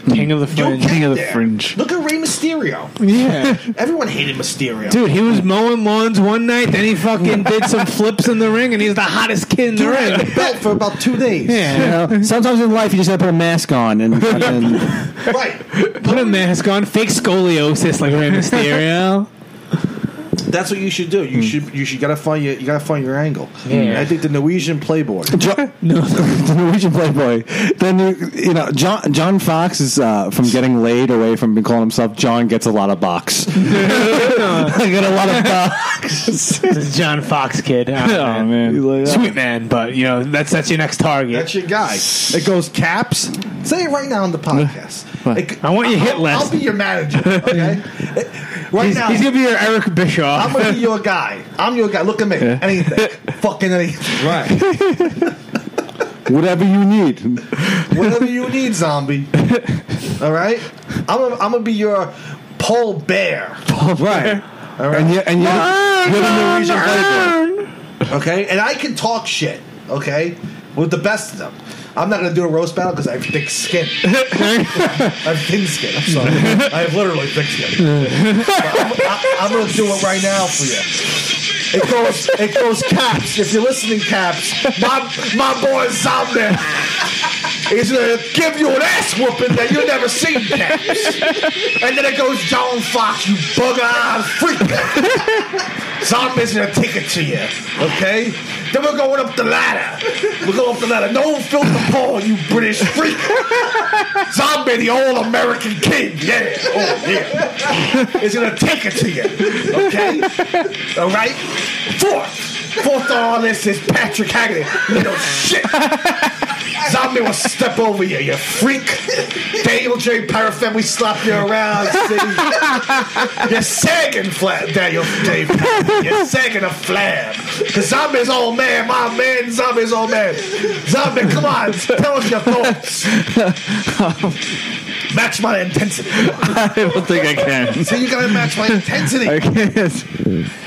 [SPEAKER 2] King of the
[SPEAKER 4] You'll
[SPEAKER 2] Fringe.
[SPEAKER 4] get
[SPEAKER 1] King of the
[SPEAKER 4] there.
[SPEAKER 1] Fringe.
[SPEAKER 4] Look at Rey Mysterio.
[SPEAKER 2] Yeah.
[SPEAKER 4] Everyone hated Mysterio.
[SPEAKER 2] Dude, he was mowing lawns one night, then he fucking did some flips in the ring, and he's the hottest kid in the
[SPEAKER 4] Dude had the
[SPEAKER 2] ring.
[SPEAKER 4] belt for about two days.
[SPEAKER 3] You
[SPEAKER 2] Yeah.
[SPEAKER 3] know, sometimes in life you just have to put a mask on and fucking
[SPEAKER 4] Right.
[SPEAKER 2] Put a mask on, fake scoliosis like Rey Mysterio.
[SPEAKER 4] That's what you should do. You should you should gotta find your you gotta find your angle.
[SPEAKER 2] Hmm. Yeah.
[SPEAKER 4] I think the Norwegian Playboy.
[SPEAKER 3] Jo- no, the Norwegian Playboy. Then you, you know John John Fox is uh, from getting laid away from calling himself John gets a lot of box. I get a lot of uh, box.
[SPEAKER 2] this is John Fox kid.
[SPEAKER 1] Oh man.
[SPEAKER 2] Sweet man, but you know that's that's your next target.
[SPEAKER 4] That's your guy. It goes caps. Say it right now on the podcast. It-
[SPEAKER 2] I want your hit
[SPEAKER 4] I'll- I'll
[SPEAKER 2] list.
[SPEAKER 4] be your manager. Okay. It- right
[SPEAKER 2] he's,
[SPEAKER 4] now.
[SPEAKER 2] he's gonna be your Eric
[SPEAKER 4] I'm
[SPEAKER 2] Bischoff.
[SPEAKER 4] gonna be your guy. I'm your guy. Look at me. Anything. Fucking anything. Right.
[SPEAKER 3] Whatever you need.
[SPEAKER 4] Whatever you need, zombie. All right. I'm gonna, I'm gonna be your Paul Bear.
[SPEAKER 3] Right. And you and you you're the Norwegian Playboy.
[SPEAKER 4] Okay, and I can talk shit. Okay, with the best of them. I'm not gonna do a roast battle because I have thick skin. I have thin skin. I'm sorry. I have literally thick skin. But I'm, I, I'm gonna do it right now for you. It goes. It goes. Caps. If you're listening, Caps, my my boy Zombie is gonna give you an ass whooping that you never seen, Caps. And then it goes John Fox, you bug-eyed freak. Zombies gonna take it to you, okay? Then we're going up the ladder. We're going up the ladder. No filter Paul, you British freak. Zombie, the old American king. Yeah, oh yeah. It's gonna take it to you, okay? All right. Fourth, Fourth on this is Patrick Haggerty. Little shit. Zombie will step over you, you freak. Daniel J. Paraffin, we slap you around. See? You're sagging, flat, Daniel J. Paraffin. You're sagging a flab. The zombie's old man, my man, zombie's old man. Zombie, come on, tell us your thoughts. Match my intensity.
[SPEAKER 1] I don't think I can.
[SPEAKER 4] So you gotta match my intensity.
[SPEAKER 1] I can't.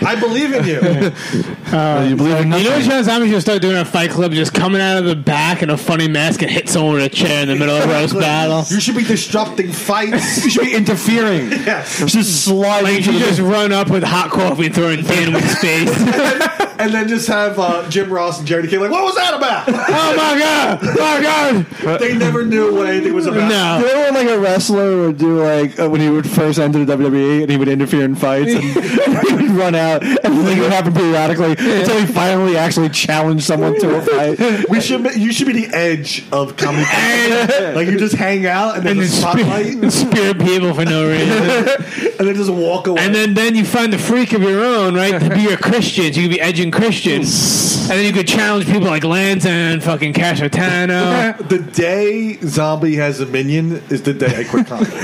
[SPEAKER 4] I believe in you.
[SPEAKER 1] you believe in
[SPEAKER 2] You know
[SPEAKER 1] nothing.
[SPEAKER 2] what John Zombie should start doing at Fight Club? Just coming out of the back in a funny mask and hit someone with a chair in the middle of a roast battle.
[SPEAKER 4] You should be disrupting fights.
[SPEAKER 3] You should be interfering.
[SPEAKER 4] Yes.
[SPEAKER 3] Just slide
[SPEAKER 2] Like
[SPEAKER 3] into
[SPEAKER 2] you
[SPEAKER 3] the
[SPEAKER 2] just run up with hot coffee and throw it in Dan Wick's face.
[SPEAKER 4] and then just have uh, Jim Ross and Jerry King like, what was that about?
[SPEAKER 2] oh my god! Oh my god!
[SPEAKER 4] they never knew what anything was about.
[SPEAKER 3] You
[SPEAKER 2] No.
[SPEAKER 3] know when like a wrestler would do like uh, when he would first enter the WWE and he would interfere in fights and, he would run out and everything would happen periodically until he finally actually challenged someone to a fight.
[SPEAKER 4] We should. Be, you should be the edge of comedy. like you just hang out and then
[SPEAKER 2] And
[SPEAKER 4] the
[SPEAKER 2] then
[SPEAKER 4] spotlight,
[SPEAKER 2] spear, spear people for no reason.
[SPEAKER 4] and then just walk away.
[SPEAKER 2] And then, then you find the freak of your own, right? To be a Christian. So you could be edging Christians. And then you could challenge people like Lanza and fucking Cashitano.
[SPEAKER 4] Uh, the day Zombie has a minion is the day I quit comedy.
[SPEAKER 2] I,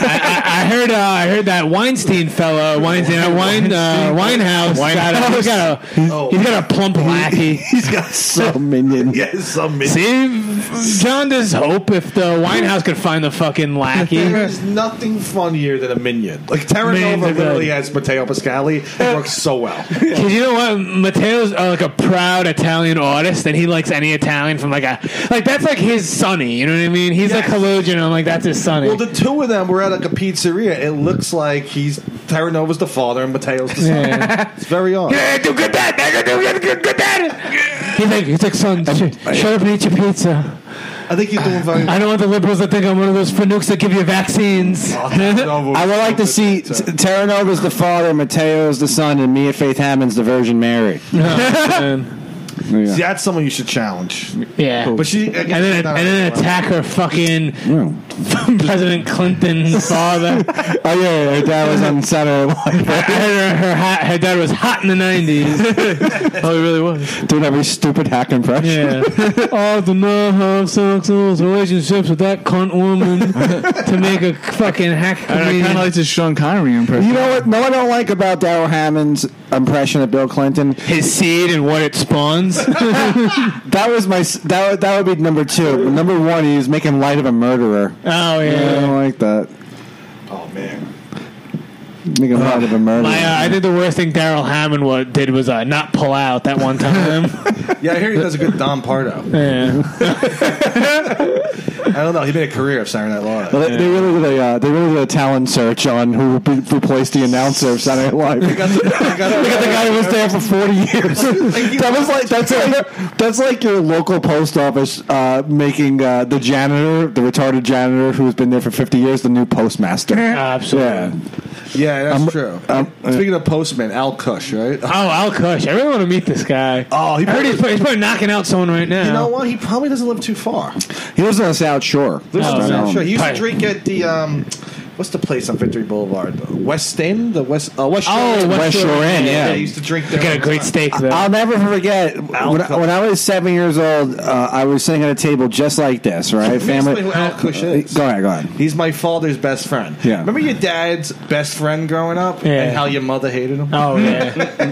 [SPEAKER 2] I, I heard uh, I heard that Weinstein fellow, Weinstein, uh, Wein, uh, Winehouse, Got a, he's, got a,
[SPEAKER 4] Oh.
[SPEAKER 2] he's got a plump lackey.
[SPEAKER 4] He's got some.
[SPEAKER 3] So minion.
[SPEAKER 4] Yes, some minion.
[SPEAKER 2] See, John, there's hope if the Winehouse could find the fucking lackey.
[SPEAKER 4] There's nothing funnier than a minion. Like Terra
[SPEAKER 2] Minions
[SPEAKER 4] Nova
[SPEAKER 2] are good. Uh,
[SPEAKER 4] literally has Matteo Pascali. It works so well.
[SPEAKER 2] Because you know what, Matteo's uh, like a proud Italian artist, and he likes any Italian from like a like that's like his Sonny. You know what I mean? He's like
[SPEAKER 4] Yes.
[SPEAKER 2] Calogian. I'm like that's his Sonny.
[SPEAKER 4] Well, the two of them were at like a pizzeria. It looks like he's Terra Nova's the father and Matteo's the son. It's very odd.
[SPEAKER 2] Yeah, do good dad. I can do good, good, good dad. He's like, he's like, son,
[SPEAKER 4] Um,
[SPEAKER 2] sh- shut up and eat your pizza.
[SPEAKER 4] I think he's doing very.
[SPEAKER 2] I don't want the liberals to think I'm one of those fanooks that give you vaccines.
[SPEAKER 4] Oh,
[SPEAKER 3] I would like to see T- Terranova's the father, Mateo's the son, and Mia Faith Hammond's the Virgin Mary.
[SPEAKER 2] Oh,
[SPEAKER 4] See, that's someone you should challenge.
[SPEAKER 2] yeah.
[SPEAKER 4] But she
[SPEAKER 2] and then, and then attack her fucking President Clinton's father.
[SPEAKER 3] Oh yeah, yeah, that was on Saturday Night
[SPEAKER 2] I heard her, her, hot, her dad was hot in the 90s. oh, he really was.
[SPEAKER 3] Live, doing every stupid hack impression.
[SPEAKER 2] Yeah. All the know how sex those relationships with that cunt woman to make a fucking hack.
[SPEAKER 1] And I kind of like this Sean Connery impression.
[SPEAKER 3] You know what? No, I don't like about Daryl Hammond's impression of Bill Clinton.
[SPEAKER 2] his seed and what it spawns.
[SPEAKER 3] That was my s- that would- that would be number two. Number one, he was making light of a murderer.
[SPEAKER 2] Oh
[SPEAKER 3] I
[SPEAKER 2] yeah.
[SPEAKER 3] don't like that.
[SPEAKER 4] Oh man.
[SPEAKER 3] Making light of a murderer.
[SPEAKER 2] My, uh, I think the worst thing Daryl Hammond wa- did was uh, not pull out that one time.
[SPEAKER 4] Yeah, I hear he does a good Don Pardo.
[SPEAKER 2] yeah.
[SPEAKER 4] I don't know. He made a career of Saturday Night Live.
[SPEAKER 3] Well, they, they really did a uh, they really did a talent search on who re- replaced the announcer of Saturday Night Live.
[SPEAKER 4] Got the, they got the-
[SPEAKER 3] Look at the guy who was there for forty years. that was like that's like that's like your local post office uh, making uh, the janitor, the retarded janitor who's been there for fifty years, the new postmaster.
[SPEAKER 2] Absolutely.
[SPEAKER 3] Yeah,
[SPEAKER 4] Yeah, that's true.
[SPEAKER 3] I'm-
[SPEAKER 4] Speaking of Postman, Al Cush, right?
[SPEAKER 2] Oh, Al Kush. I really want to meet this guy.
[SPEAKER 4] Oh, he
[SPEAKER 2] I heard he's, probably- he's probably knocking out someone right now.
[SPEAKER 4] You know what? He probably doesn't live too far.
[SPEAKER 3] he lives on the South Shore.
[SPEAKER 4] Lives
[SPEAKER 2] Oh,
[SPEAKER 4] in
[SPEAKER 2] no.
[SPEAKER 3] Um,
[SPEAKER 4] South Shore. He used to
[SPEAKER 2] Probably-
[SPEAKER 4] drink at the um, what's the place on Victory Boulevard? West End, the West uh, West Shore.
[SPEAKER 2] Oh, West
[SPEAKER 3] West Shore Inn, yeah.
[SPEAKER 4] he used to drink there.
[SPEAKER 2] They got a
[SPEAKER 4] all the
[SPEAKER 2] great
[SPEAKER 4] time.
[SPEAKER 2] steak though.
[SPEAKER 3] I'll never forget when I, when I was seven years old. Uh, I was sitting at a table just like this, right?
[SPEAKER 4] Let me
[SPEAKER 3] Family.
[SPEAKER 4] explain who Al Cush is.
[SPEAKER 3] Go ahead, go ahead.
[SPEAKER 4] He's my father's best friend.
[SPEAKER 3] Yeah.
[SPEAKER 4] Remember your dad's best friend growing up,
[SPEAKER 2] Yeah.
[SPEAKER 4] and how your mother hated him
[SPEAKER 2] oh yeah.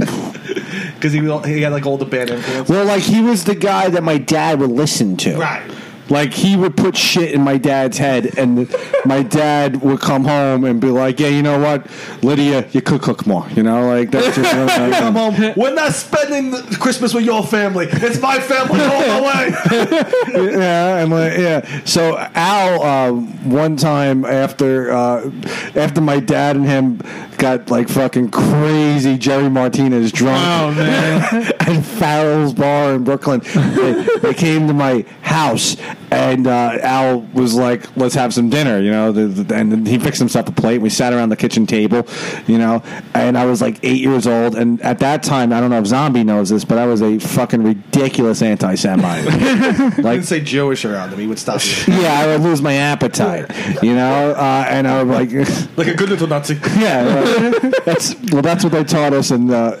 [SPEAKER 4] because he was- he had like all the bad influences.
[SPEAKER 3] Well, like he was the guy that my dad would listen to.
[SPEAKER 4] Right.
[SPEAKER 3] Like he would put shit in my dad's head, and my dad would come home and be like, "Yeah, you know what, Lydia, you could cook more." You know, like that's just
[SPEAKER 4] Come home. We're not spending the- Christmas with your family. It's my family all the way.
[SPEAKER 3] yeah, and like, yeah. So Al, uh, one time after uh, after my dad and him got like fucking crazy Jerry Martinez drunk
[SPEAKER 2] Oh, man.
[SPEAKER 3] at Farrell's Bar in Brooklyn, they, they came to my house and uh, Al was like, "Let's have some dinner," you know. The, the, and then he fixed himself a plate. We sat around the kitchen table, you know, and I was like eight years old. And at that time, I don't know if Zombie knows this, but I was a fucking ridiculous anti-Semite.
[SPEAKER 4] I
[SPEAKER 3] like
[SPEAKER 4] didn't say Jewish around him. He would stop you.
[SPEAKER 3] yeah, I would lose my appetite, you know, uh, and I would like,
[SPEAKER 4] like a good little Nazi.
[SPEAKER 3] yeah, that's well, that's what they taught us in uh,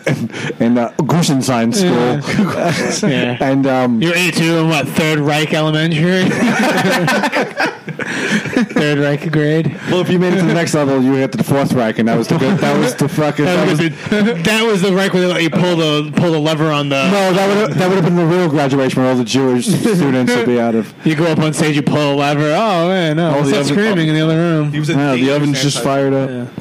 [SPEAKER 3] in uh, Grishenstein school.
[SPEAKER 2] Yeah.
[SPEAKER 3] And um,
[SPEAKER 2] You're A two in what Third Reich Elementary? Third Reich grade.
[SPEAKER 3] well, if you made it to the next level, you hit the fourth rank, and that was the good. That was the fucking. That was,
[SPEAKER 2] that was the Reich where they let you pull the pull the lever on the.
[SPEAKER 3] no, that would that would have been the real graduation where all the Jewish students would be out of.
[SPEAKER 2] You go up on stage, you pull a lever. Oh man, no!
[SPEAKER 1] All the
[SPEAKER 2] Stop
[SPEAKER 1] other-
[SPEAKER 2] screaming in the other room.
[SPEAKER 4] He was a
[SPEAKER 1] Yeah, the
[SPEAKER 4] dangerous
[SPEAKER 1] oven's just
[SPEAKER 4] anti-
[SPEAKER 1] fired up.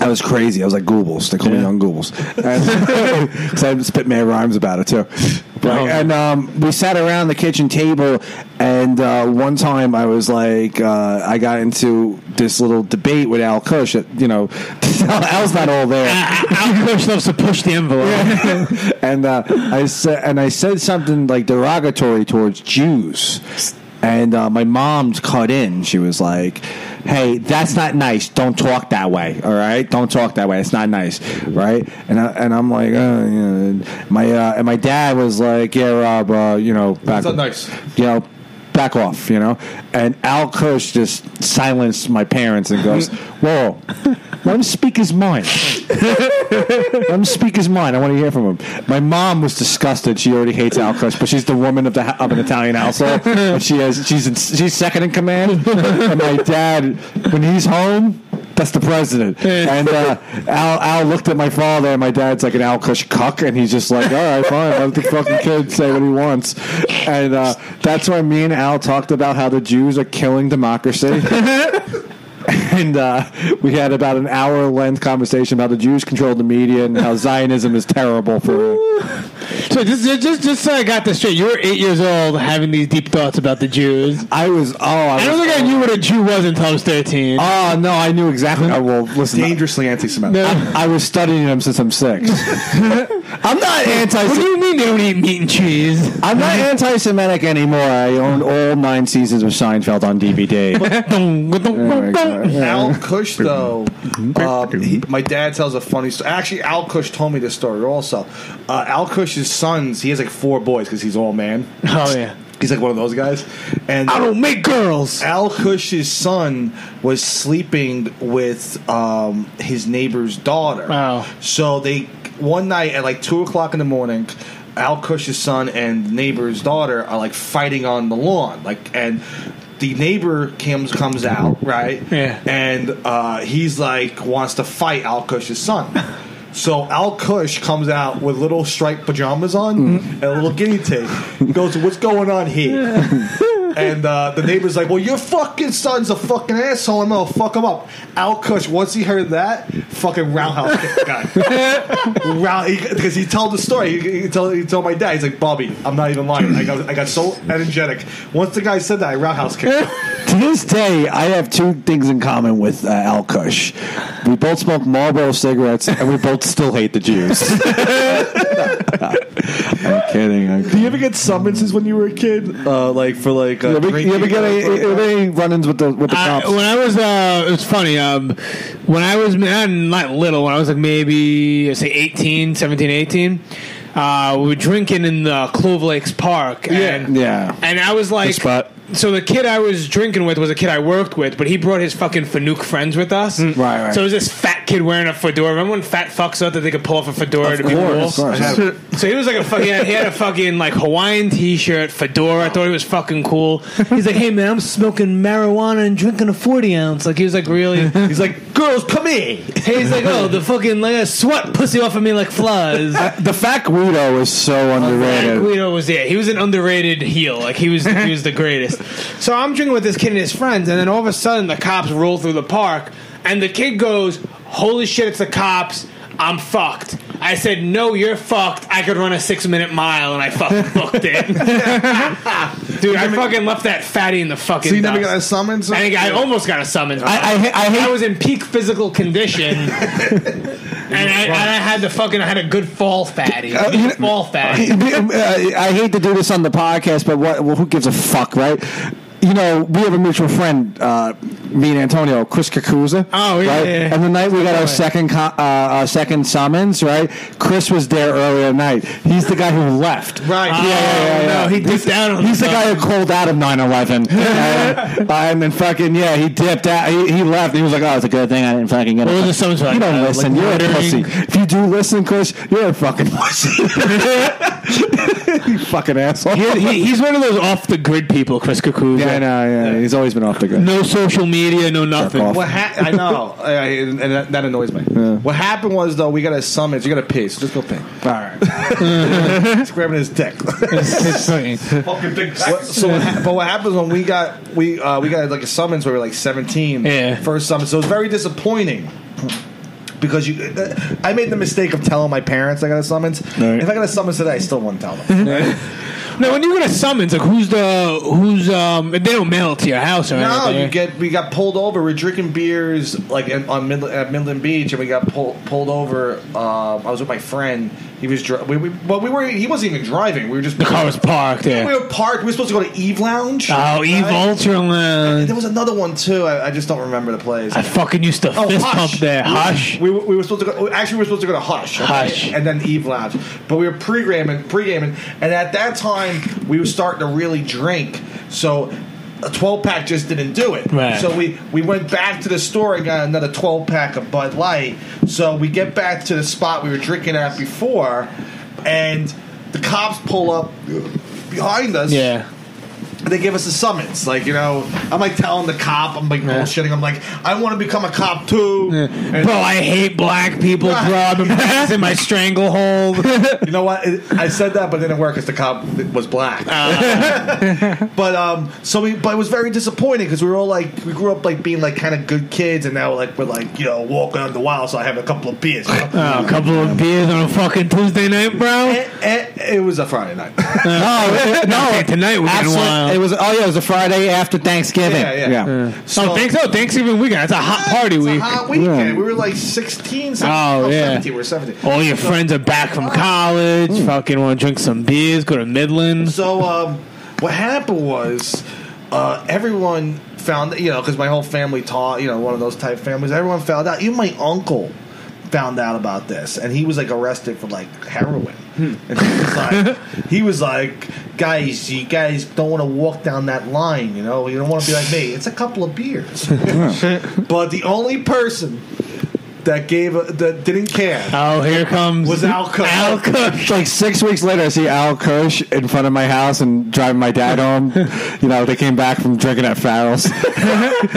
[SPEAKER 3] I was crazy. I was like Goobles. They call me Young Goobles. And- so I spit mad rhymes about it too.
[SPEAKER 1] Oh.
[SPEAKER 3] Like, and um, we sat around the kitchen table, and uh, one time I was like, uh, I got into this little debate with Al Kush. That, you know, Al's not all there.
[SPEAKER 2] Al Kush loves to push the envelope.
[SPEAKER 3] and uh, I said, and I said something like derogatory towards Jews. And uh, my mom's cut in. She was like, "Hey, that's not nice. Don't talk that way. All right, don't talk that way. It's not nice, right?" And I, and I'm like, uh, yeah. my uh, and my dad was like, "Yeah, Rob, uh, you know, back
[SPEAKER 4] It's not nice.
[SPEAKER 3] you know, back off, you know. And Al Kirsch just silenced my parents and goes, Whoa, let him speak his mind. let him speak his mind. I want to hear from him. My mom was disgusted. She already hates Al Kirsch, but she's the woman of the of an Italian household. And she has she's in, she's second in command. And my dad, when he's home. That's the president. And uh, Al, Al looked at my father, and my dad's like an Al Kush cuck, and he's just like, all right, fine, let the fucking kid say what he wants. And uh, that's why me and Al talked about how the Jews are killing democracy. And uh, we had about an hour length conversation about the Jews control the media and how Zionism is terrible for.
[SPEAKER 2] So just, just, just, just so I got this straight, you were eight years old having these deep thoughts about the Jews.
[SPEAKER 3] I was oh, I,
[SPEAKER 2] I don't
[SPEAKER 3] was,
[SPEAKER 2] think I knew what a Jew was until I was thirteen.
[SPEAKER 3] oh no, I knew exactly. Oh, well, listen,
[SPEAKER 4] Dangerously anti-Semitic.
[SPEAKER 3] I, I was studying them since I'm six. I'm not anti.
[SPEAKER 2] what do you mean they don't eat meat and cheese?
[SPEAKER 3] I'm not anti-Semitic anymore. I own all nine seasons of Seinfeld on DVD.
[SPEAKER 4] Al Kush, though,
[SPEAKER 1] Mm-hmm.
[SPEAKER 4] um, he- my dad tells a funny story. Actually, Al Kush told me this story also. Uh, Al Kush's sons, he has like four boys because he's all man.
[SPEAKER 2] oh yeah.
[SPEAKER 4] He's like one of those guys. And
[SPEAKER 2] I don't make girls.
[SPEAKER 4] Al Kush's son was sleeping with um, his neighbor's daughter.
[SPEAKER 2] Wow.
[SPEAKER 4] So they one night at like two o'clock in the morning, Al Kush's son and the neighbor's daughter are like fighting on the lawn, like and. The neighbor comes comes out right,
[SPEAKER 2] Yeah.
[SPEAKER 4] and uh, he's like wants to fight Al Kush's son. So Al Kush comes out with little striped pajamas on and a little guinea pig. He goes, "What's going on here?" And uh, the neighbor's like, "Well, your fucking son's a fucking asshole. I'm gonna fuck him up." Al Kush, once he heard that, fucking roundhouse kicked the guy. Round because he, told the story. He, he told he told my dad. He's like, "Bobby, I'm not even lying. I got I got so energetic. Once the guy said that, I roundhouse kicked." him.
[SPEAKER 3] to this day, I have two things in common with uh, Al Kush. We both smoke Marlboro cigarettes, and we both still hate the Jews. I'm kidding. I'm kidding.
[SPEAKER 4] you ever get summonses when you were a kid? Uh, like for like
[SPEAKER 3] You ever, you ever get any, you ever any run-ins with the with the
[SPEAKER 2] I,
[SPEAKER 3] cops?
[SPEAKER 2] when I was, uh, it was funny. Um, when I was uh, not little, when I was like maybe I say 18, 17, 18, uh, we were drinking in the Clove Lakes Park. And,
[SPEAKER 3] yeah.
[SPEAKER 2] And I was like,
[SPEAKER 3] spot.
[SPEAKER 2] so the kid I was drinking with was a kid I worked with, but he brought his fucking Fanuc friends with us.
[SPEAKER 3] Mm. right, right.
[SPEAKER 2] So it was this fat kid wearing a fedora. Remember when fat fucks thought that they could pull off a fedora to be cool?
[SPEAKER 3] course, of course.
[SPEAKER 2] So he was like a fucking. He had a fucking like Hawaiian T-shirt, fedora. I thought he was fucking cool. He's like, hey man, I'm smoking marijuana and drinking a forty ounce. Like he was like really.
[SPEAKER 4] He's like, "Girls, come here."
[SPEAKER 2] He's like, oh, the fucking like a sweat pussy off of me like flies.
[SPEAKER 3] the Fat Guido is so
[SPEAKER 2] Frank
[SPEAKER 3] underrated.
[SPEAKER 2] Guido was yeah, he was an underrated heel. Like he was he was the greatest. So I'm drinking with this kid and his friends, and then all of a sudden the cops roll through the park, and the kid goes, "Holy shit, it's the cops! I'm fucked." I said, "No, you're fucked. I could run a six minute mile," and I fucking booked it. Dude, I fucking left that fatty in the fucking.
[SPEAKER 4] So you never
[SPEAKER 2] dust.
[SPEAKER 4] got a summons?
[SPEAKER 2] I think I almost got a summons.
[SPEAKER 3] I- I ha- I hate-
[SPEAKER 2] was in peak physical condition, and, I, and I had the fucking I had a good fall fatty, good fall fatty.
[SPEAKER 3] I hate to do this on the podcast, but what? Well, who gives a fuck, right? You know, we have a mutual friend, uh, me and Antonio, Chris Kakuza.
[SPEAKER 2] Oh, yeah,
[SPEAKER 3] right?
[SPEAKER 2] yeah, yeah.
[SPEAKER 3] And the night we got our second co- uh, our second summons, right? Chris was there earlier that night. He's the guy who left.
[SPEAKER 4] Right.
[SPEAKER 3] Yeah, yeah, yeah, yeah.
[SPEAKER 2] Oh, no, he dipped out on
[SPEAKER 3] He's the
[SPEAKER 2] himself.
[SPEAKER 3] guy who called out of 9-11. and, and then fucking, yeah, he dipped out. He, he left. He was like, oh, it's a good thing I didn't fucking get
[SPEAKER 2] What
[SPEAKER 3] it.
[SPEAKER 2] was the summons for?
[SPEAKER 3] You don't
[SPEAKER 2] Uh,
[SPEAKER 3] listen.
[SPEAKER 2] like
[SPEAKER 3] you're a pussy.
[SPEAKER 2] murdering?
[SPEAKER 3] If you do listen, Chris, you're a fucking pussy. you fucking asshole.
[SPEAKER 2] He- he- he's one of those off the grid people, Chris Kakuza.
[SPEAKER 3] yeah, I know. Yeah, he's always been off the grid.
[SPEAKER 2] No social media, no nothing.
[SPEAKER 3] off.
[SPEAKER 4] What ha- I know, I, I- and that, that annoys me. What happened was though, we got a summons. You got to pee, so just go pee.
[SPEAKER 3] All right.
[SPEAKER 4] He's grabbing his dick. What- so, what ha- but what happens when we got we uh, we got like a summons where we were like seventeen?
[SPEAKER 2] Yeah.
[SPEAKER 4] First summons, so it was very disappointing. Because you, uh, I made the mistake of telling my parents I got a summons. If I got a summons today, I still wouldn't tell them.
[SPEAKER 2] No, when you get a summons, like who's the who's um they don't mail it to your house or
[SPEAKER 4] No,
[SPEAKER 2] anything.
[SPEAKER 4] you get we got pulled over. We're drinking beers like in, on Midland, at Midland Beach, and we got pull, pulled over. Um, I was with my friend. He was dri- we, we well we were he wasn't even driving. We were just
[SPEAKER 2] the car was parked there.
[SPEAKER 4] we were parked. We were supposed to go to Eve Lounge.
[SPEAKER 2] oh, Eve
[SPEAKER 4] Right?
[SPEAKER 2] Ultra
[SPEAKER 4] There
[SPEAKER 2] Land.
[SPEAKER 4] was another one too. I, I just don't remember the place.
[SPEAKER 2] I fucking used to
[SPEAKER 4] Oh,
[SPEAKER 2] fist
[SPEAKER 4] Hush.
[SPEAKER 2] pump there. Hush.
[SPEAKER 4] We, we were supposed to go. oh, Actually, we were supposed to go to Hush, okay?
[SPEAKER 2] Hush.
[SPEAKER 4] and then Eve Lounge. But we were pre-gaming, pre-gaming, and at that time we were starting to really drink. So a 12 pack just didn't do it.
[SPEAKER 2] Right.
[SPEAKER 4] So we we went back to the store and got another 12 pack of Bud Light. So we get back to the spot we were drinking at before, and the cops pull up behind us
[SPEAKER 2] Yeah.
[SPEAKER 4] they give us a summons. Like, you know, I'm like telling the cop, I'm like bullshitting. I'm like, I want to become a cop too. And
[SPEAKER 2] Bro, I hate black people, bro. I've been practicing my stranglehold.
[SPEAKER 4] you know what? It, I said that, but it didn't work because the cop was black.
[SPEAKER 2] Ah.
[SPEAKER 4] but um, so we, but it was very disappointing because we were all like, we grew up like being like kind of good kids, and now like we're like, you know, walking on the wild. So I have a couple of beers. you know?
[SPEAKER 2] Oh, a couple of beers on a fucking Tuesday night, bro. Oh,
[SPEAKER 4] Eh, eh, it was a Friday night.
[SPEAKER 3] No, it- no.
[SPEAKER 2] eh, Okay, tonight we getting
[SPEAKER 3] Absolute-
[SPEAKER 2] wild.
[SPEAKER 3] It was oh yeah, it was a Friday after Thanksgiving.
[SPEAKER 4] Yeah, yeah.
[SPEAKER 2] So, oh, thanks, oh, Thanksgiving weekend. It's a hot party
[SPEAKER 4] It's a
[SPEAKER 2] week.
[SPEAKER 4] hot weekend.
[SPEAKER 3] Yeah.
[SPEAKER 4] We were like 16, 17,
[SPEAKER 2] Oh,
[SPEAKER 4] no,
[SPEAKER 2] yeah.
[SPEAKER 4] 17, we were 17.
[SPEAKER 2] All your friends are back from college.
[SPEAKER 4] Mm.
[SPEAKER 2] Fucking want to drink some beers, go to Midland.
[SPEAKER 4] So um, what happened was uh, everyone found you know because my whole family taught you know one of those type families. Everyone found out. Even my uncle found out about this, and he was like arrested for like heroin. And he was like, he was like, guys, you guys don't want to walk down that line. You know, you don't want to be like me. It's a couple of beers. but the only person that gave a, that didn't care.
[SPEAKER 2] Oh, here comes
[SPEAKER 4] Was Al Cook.
[SPEAKER 2] Al Cook.
[SPEAKER 3] It's Like six weeks later, I see Al Kirsch in front of my house and driving my dad home. you know, they came back from drinking at Farrell's. and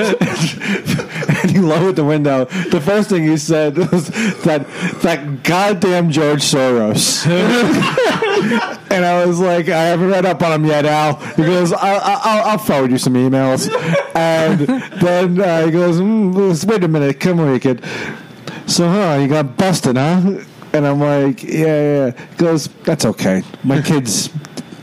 [SPEAKER 3] he lowered the window. The first thing he said was that that goddamn George Soros. and I was like, I haven't read up on him yet, Al. He goes, I'll, I'll, I'll forward you some emails. and then uh, he goes, mm, wait a minute, come here, kid. So, huh, you got busted, huh? And I'm like, yeah, yeah. yeah. He goes, that's okay. My kids,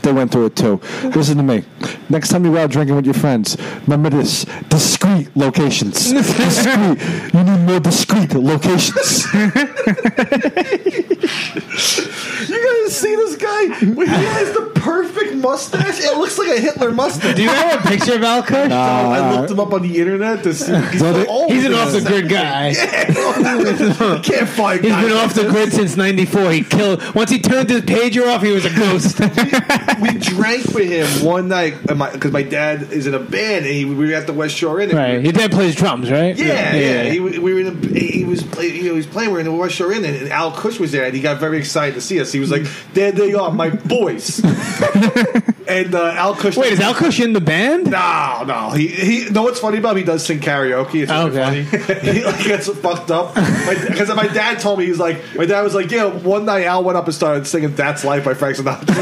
[SPEAKER 3] they went through it too. Listen to me. Next time you're out drinking with your friends, remember this discreet locations. discreet. You need more discreet locations.
[SPEAKER 4] You guys see this guy? He has the perfect mustache. It looks like a Hitler mustache.
[SPEAKER 2] Do you have a picture of Al Cook?
[SPEAKER 4] I looked him up on the internet to see. He's,
[SPEAKER 3] So
[SPEAKER 4] so
[SPEAKER 3] they-
[SPEAKER 4] old.
[SPEAKER 2] He's an off the grid guy.
[SPEAKER 4] You can't find.
[SPEAKER 2] He's
[SPEAKER 4] guys
[SPEAKER 2] been
[SPEAKER 4] like
[SPEAKER 2] off the
[SPEAKER 4] this.
[SPEAKER 2] grid since '94. He killed. Once he turned his pager off, he was a ghost.
[SPEAKER 4] We drank with him one night because my, 'cause my dad is in a band, and he, we were at the West Shore Inn. and we were
[SPEAKER 2] right. Your dad plays drums, right?
[SPEAKER 4] Yeah, yeah. He, w- we were in a, he was play, you know, he was playing. We were in the West Shore Inn, and, and Al Cush was there, and he got very excited to see us. He was like, "There they are, my boys." and uh, Al Cush.
[SPEAKER 2] Wait, is Al Kush in the band?
[SPEAKER 4] No, no. He he. No, what's funny about him? He does sing karaoke. It's really
[SPEAKER 2] Okay.
[SPEAKER 4] funny. he like, gets fucked up because my, dad told me he's like my dad was like yeah. One night Al went up and started singing "That's Life" by Frank Sinatra,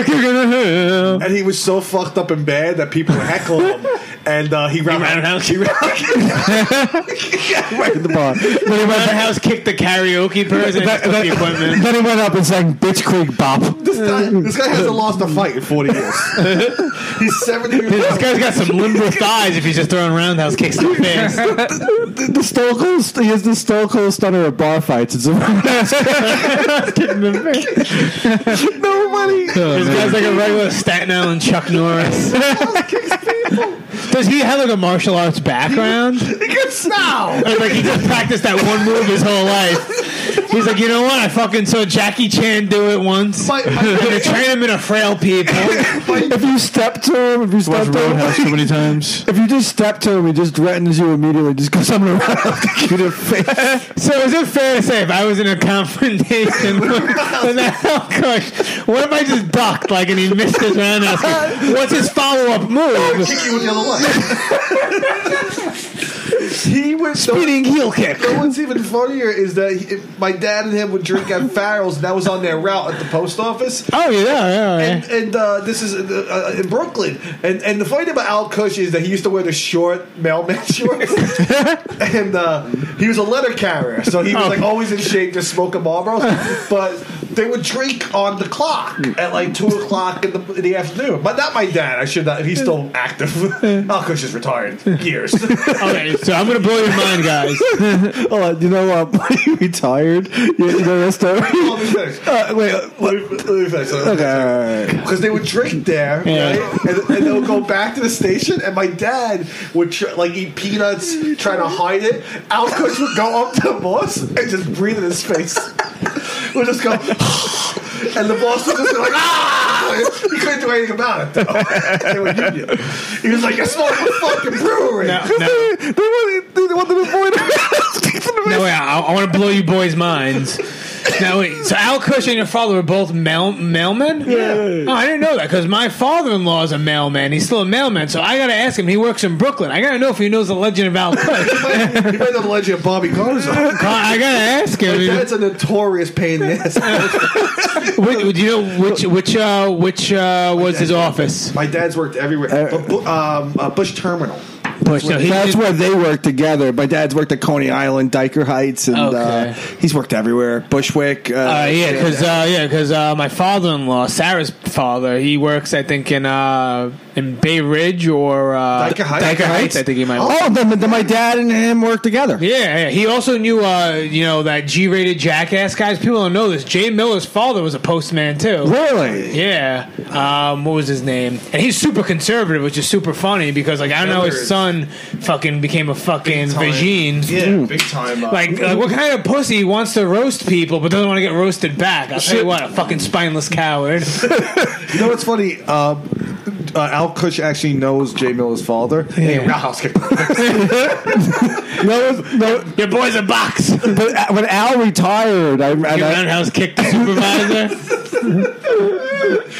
[SPEAKER 4] and he was so fucked up in bed that people were heckling him. And uh, he ran
[SPEAKER 2] roundhouse-
[SPEAKER 4] He ran-
[SPEAKER 3] the bar. Then he went,
[SPEAKER 2] The house kicked the karaoke person. and
[SPEAKER 3] that-
[SPEAKER 2] took the equipment.
[SPEAKER 3] then he went up and sang Bitch Creek Bop.
[SPEAKER 4] this, guy, this guy hasn't lost a fight in forty years. he's seventy years
[SPEAKER 2] This
[SPEAKER 4] old.
[SPEAKER 2] guy's got some limber thighs if he's just throwing roundhouse kicks to the face.
[SPEAKER 3] the Stokol, he has the Stokol stunner of bar fights. It's
[SPEAKER 2] This guy's like a regular Staten Island Chuck Norris. Does he have like a martial arts background?
[SPEAKER 4] He gets now.
[SPEAKER 2] Or, like he just practiced that one move his whole life. He's like, you know what? I fucking saw Jackie Chan do it once.
[SPEAKER 4] My- my-
[SPEAKER 2] I'm gonna train him in a frail people.
[SPEAKER 3] If you step to him, if you
[SPEAKER 1] Watch
[SPEAKER 3] step to him,
[SPEAKER 1] Roadhouse too many times.
[SPEAKER 3] if you just step to him, he just threatens you immediately. Just goes, I'm gonna kick you to the face.
[SPEAKER 2] So is it fair to say if I was in a confrontation with with that hell coach, what if I just ducked like and he missed his roundhouse? kick? What's his follow up move?
[SPEAKER 4] Kick you with the other leg. he went. Speedy.
[SPEAKER 2] Spinning heel kick.
[SPEAKER 4] No what's even funnier is that he, my dad and him would drink at Farrell's, and that was on their route at the post office.
[SPEAKER 2] Oh yeah, yeah, yeah.
[SPEAKER 4] and, and uh, this is uh, uh, in Brooklyn. And and the funny thing about Al Kush is that he used to wear the short mailman shorts, and uh, he was a letter carrier, so he was like always in shape, just smoking Marlboros. but they would drink on the clock at like two o'clock in the, in the afternoon. But not my dad. I should not. He's still active. Al Kush is retired. Years.
[SPEAKER 2] Okay, so I'm gonna blow your mind, guys.
[SPEAKER 3] Hold on, you know what? When you retired, you, you know that story?
[SPEAKER 4] Let me finish.
[SPEAKER 3] Uh, wait, uh,
[SPEAKER 4] Let me- let me finish. Let me
[SPEAKER 3] okay, all right.
[SPEAKER 4] because they would drink there,
[SPEAKER 2] Yeah.
[SPEAKER 4] right? And, and they would go back to the station, and my dad would tr- like eat peanuts, trying to hide it. Al Kush would go up to the boss and just breathe in his face. would just go, and the boss would just be like, ah! He couldn't do anything about it. Though. They were union. He was like, "That's not a fucking brewery."
[SPEAKER 2] No.
[SPEAKER 3] They, want, they want to avoid
[SPEAKER 2] No, wait, I, I want to blow you boys' minds. Now, wait, so Al Cush and your father were both mail, mailmen? Yeah. Oh, I didn't know that because my father in law is a mailman. He's still a mailman, so I got to ask him. He works in Brooklyn. I got to know if he knows the legend of Al Cush.
[SPEAKER 4] He might- He might know the legend of Bobby Garza.
[SPEAKER 2] I got to ask him.
[SPEAKER 4] That's a notorious pain in the ass.
[SPEAKER 2] Which, do you know which which uh, which uh, was his office?
[SPEAKER 4] My dad's worked everywhere. But, Bu- um, uh, Bush Terminal.
[SPEAKER 2] Bush. So he
[SPEAKER 3] uh, That's
[SPEAKER 2] did-
[SPEAKER 3] where they work together. My dad's worked at Coney Island, Diker Heights, and
[SPEAKER 2] Okay.
[SPEAKER 3] uh, he's worked everywhere. Bushwick. Uh,
[SPEAKER 2] Uh, yeah, because uh, yeah, 'cause, uh, my father-in-law, Sarah's father, he works, I think, in uh, in Bay Ridge or uh,
[SPEAKER 4] Dyker Heights?
[SPEAKER 2] Dyker Heights. I think he might. work.
[SPEAKER 3] Oh, then, then my dad and him work together.
[SPEAKER 2] Yeah, yeah, he also knew, uh, you know, that G-rated jackass guys. People don't know this. Jay Miller's father was a postman too.
[SPEAKER 3] Really?
[SPEAKER 2] Yeah, um, what was his name? And he's super conservative, which is super funny because, like, I know
[SPEAKER 4] Miller
[SPEAKER 2] his
[SPEAKER 4] is-
[SPEAKER 2] son fucking became a fucking vagine.
[SPEAKER 3] Hmm.
[SPEAKER 4] Yeah, big time. uh,
[SPEAKER 2] Like, like, what kind of pussy wants to roast people but doesn't want to get roasted back? I'll tell you what, a fucking spineless coward.
[SPEAKER 4] You know what's funny? Um, uh, Al Kush actually knows Jay Miller's father. Hey, Roundhouse kick.
[SPEAKER 3] No, no.
[SPEAKER 2] Your boy's a box. Your
[SPEAKER 3] But uh, when Al retired, I, and I,
[SPEAKER 2] roundhouse kick the supervisor.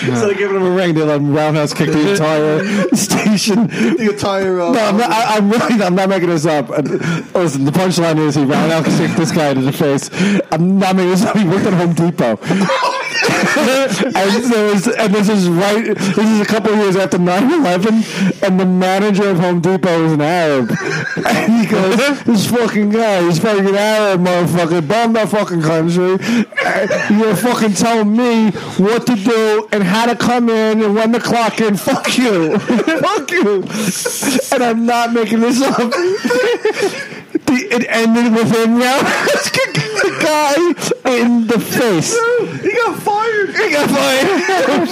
[SPEAKER 3] instead of giving him a ring, they let him roundhouse kick the entire station.
[SPEAKER 4] the entire. Uh,
[SPEAKER 3] No, I'm not, I, I'm really, I'm not making this up. Uh, Listen, the punchline is he ran out kicked this guy to the face. I'm not making this up. He worked at Home Depot. and, there was, and this is right. This is a couple of years after 9/11, and the manager of Home Depot is an Arab. And he goes, "This fucking guy, he's fucking Arab, motherfucker, bomb that fucking country. Uh, You're fucking telling me what to do and how to come in and when to clock in. Fuck you, fuck you." And I'm not making this up. The, it ended with him now kicking the guy in the face.
[SPEAKER 4] he got fired.
[SPEAKER 3] He got fired.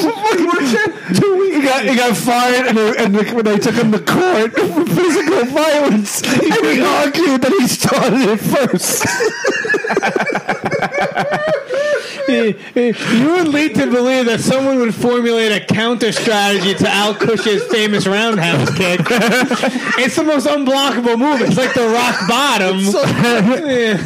[SPEAKER 3] he got he got fired, and, they, and the, when they took him to court for physical violence, and he argued that he started it first.
[SPEAKER 2] you were lead to believe that someone would formulate a counter strategy to Al Cush's famous roundhouse kick. it's the most unblockable move. It's like the rock bottom. Yeah.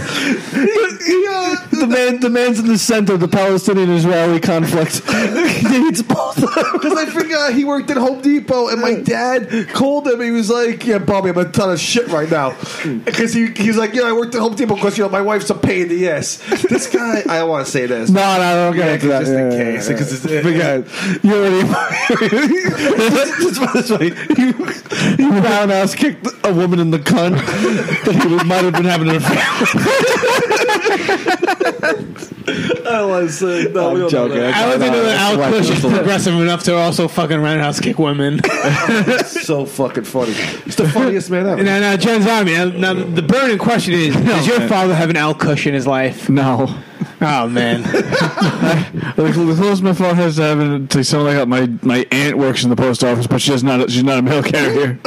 [SPEAKER 4] uh,
[SPEAKER 3] The man, the man's in the center of the Palestinian-Israeli conflict. he needs both.
[SPEAKER 4] Because I forgot he worked at Home Depot, and my dad called him. He was like, "Yeah, Bobby, I'm a ton of shit right now." Because he, he was like, "Yeah, I worked at Home Depot because you know my wife's a pain in the ass." This guy, I don't want to say this.
[SPEAKER 3] No, no, no, don't get
[SPEAKER 4] Yeah,
[SPEAKER 3] into that.
[SPEAKER 4] just in case,
[SPEAKER 3] yeah,
[SPEAKER 4] 'cause it's-
[SPEAKER 3] yeah. But God, you already. He, he roundhouse kicked a woman in the cunt that he was- might have been having an affair.
[SPEAKER 4] I don't want to say. uh, No, we
[SPEAKER 3] I'm
[SPEAKER 4] don't
[SPEAKER 3] joking.
[SPEAKER 4] know
[SPEAKER 2] I like to know that Al
[SPEAKER 3] Right,
[SPEAKER 2] Cush is
[SPEAKER 3] just a little.
[SPEAKER 2] progressive enough to also fucking roundhouse kick women.
[SPEAKER 4] that. So fucking funny. He's the funniest man ever.
[SPEAKER 2] now, now, Jen's on me. Now, now, the burning question is: Does your father have an Al Cush in his life?
[SPEAKER 3] No.
[SPEAKER 2] Oh man,
[SPEAKER 1] Like the closest my phone has to having to someone like that, my my aunt works in the post office, but she's not a, she's not a mail carrier.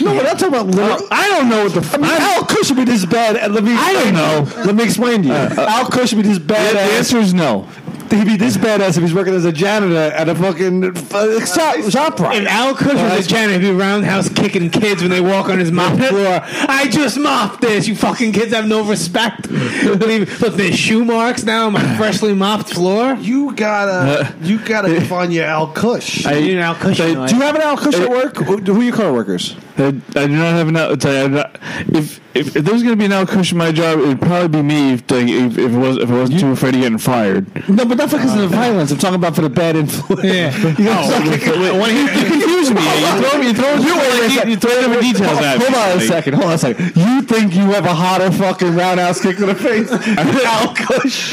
[SPEAKER 3] No, we're not talking about literal.
[SPEAKER 1] I don't know what the f-
[SPEAKER 3] I mean, Al Cushman is bad. And let me. Uh, I Uh,
[SPEAKER 1] don't know.
[SPEAKER 3] Let me explain to you. Al Cushman is
[SPEAKER 1] the
[SPEAKER 3] badass.
[SPEAKER 1] answer is no.
[SPEAKER 3] He'd be this badass if he's working as a janitor at a fucking uh, shop, shop
[SPEAKER 2] if
[SPEAKER 3] right.
[SPEAKER 2] Al Cush was a janitor, he'd be roundhouse kicking kids when they walk on his mop floor. I just mopped this. You fucking kids have no respect. Leave- Look, there's shoe marks now on my freshly mopped floor.
[SPEAKER 4] You gotta, you gotta find your Al Kush.
[SPEAKER 2] I, you know, Al Cush. you know,
[SPEAKER 3] Do
[SPEAKER 2] like-
[SPEAKER 3] you have an Al Cushman at work? Who, who are your coworkers?
[SPEAKER 1] I, I do not have an out. I do not, if, if if there was going to be an out cushion in my job, it would probably be me if they, if, if it was if I wasn't too afraid of getting fired.
[SPEAKER 3] No, but not because of the violence. I'm talking about for the bad influence.
[SPEAKER 2] yeah. Oh,
[SPEAKER 3] You know,
[SPEAKER 1] Wait, wait, you confuse me. You throw me. You throw you, like, you, you throw different details
[SPEAKER 3] Hold,
[SPEAKER 1] at me.
[SPEAKER 3] hold on a
[SPEAKER 1] Like,
[SPEAKER 3] second. Hold on a second. You think you have a hotter fucking roundhouse kick in the face? Al Cush.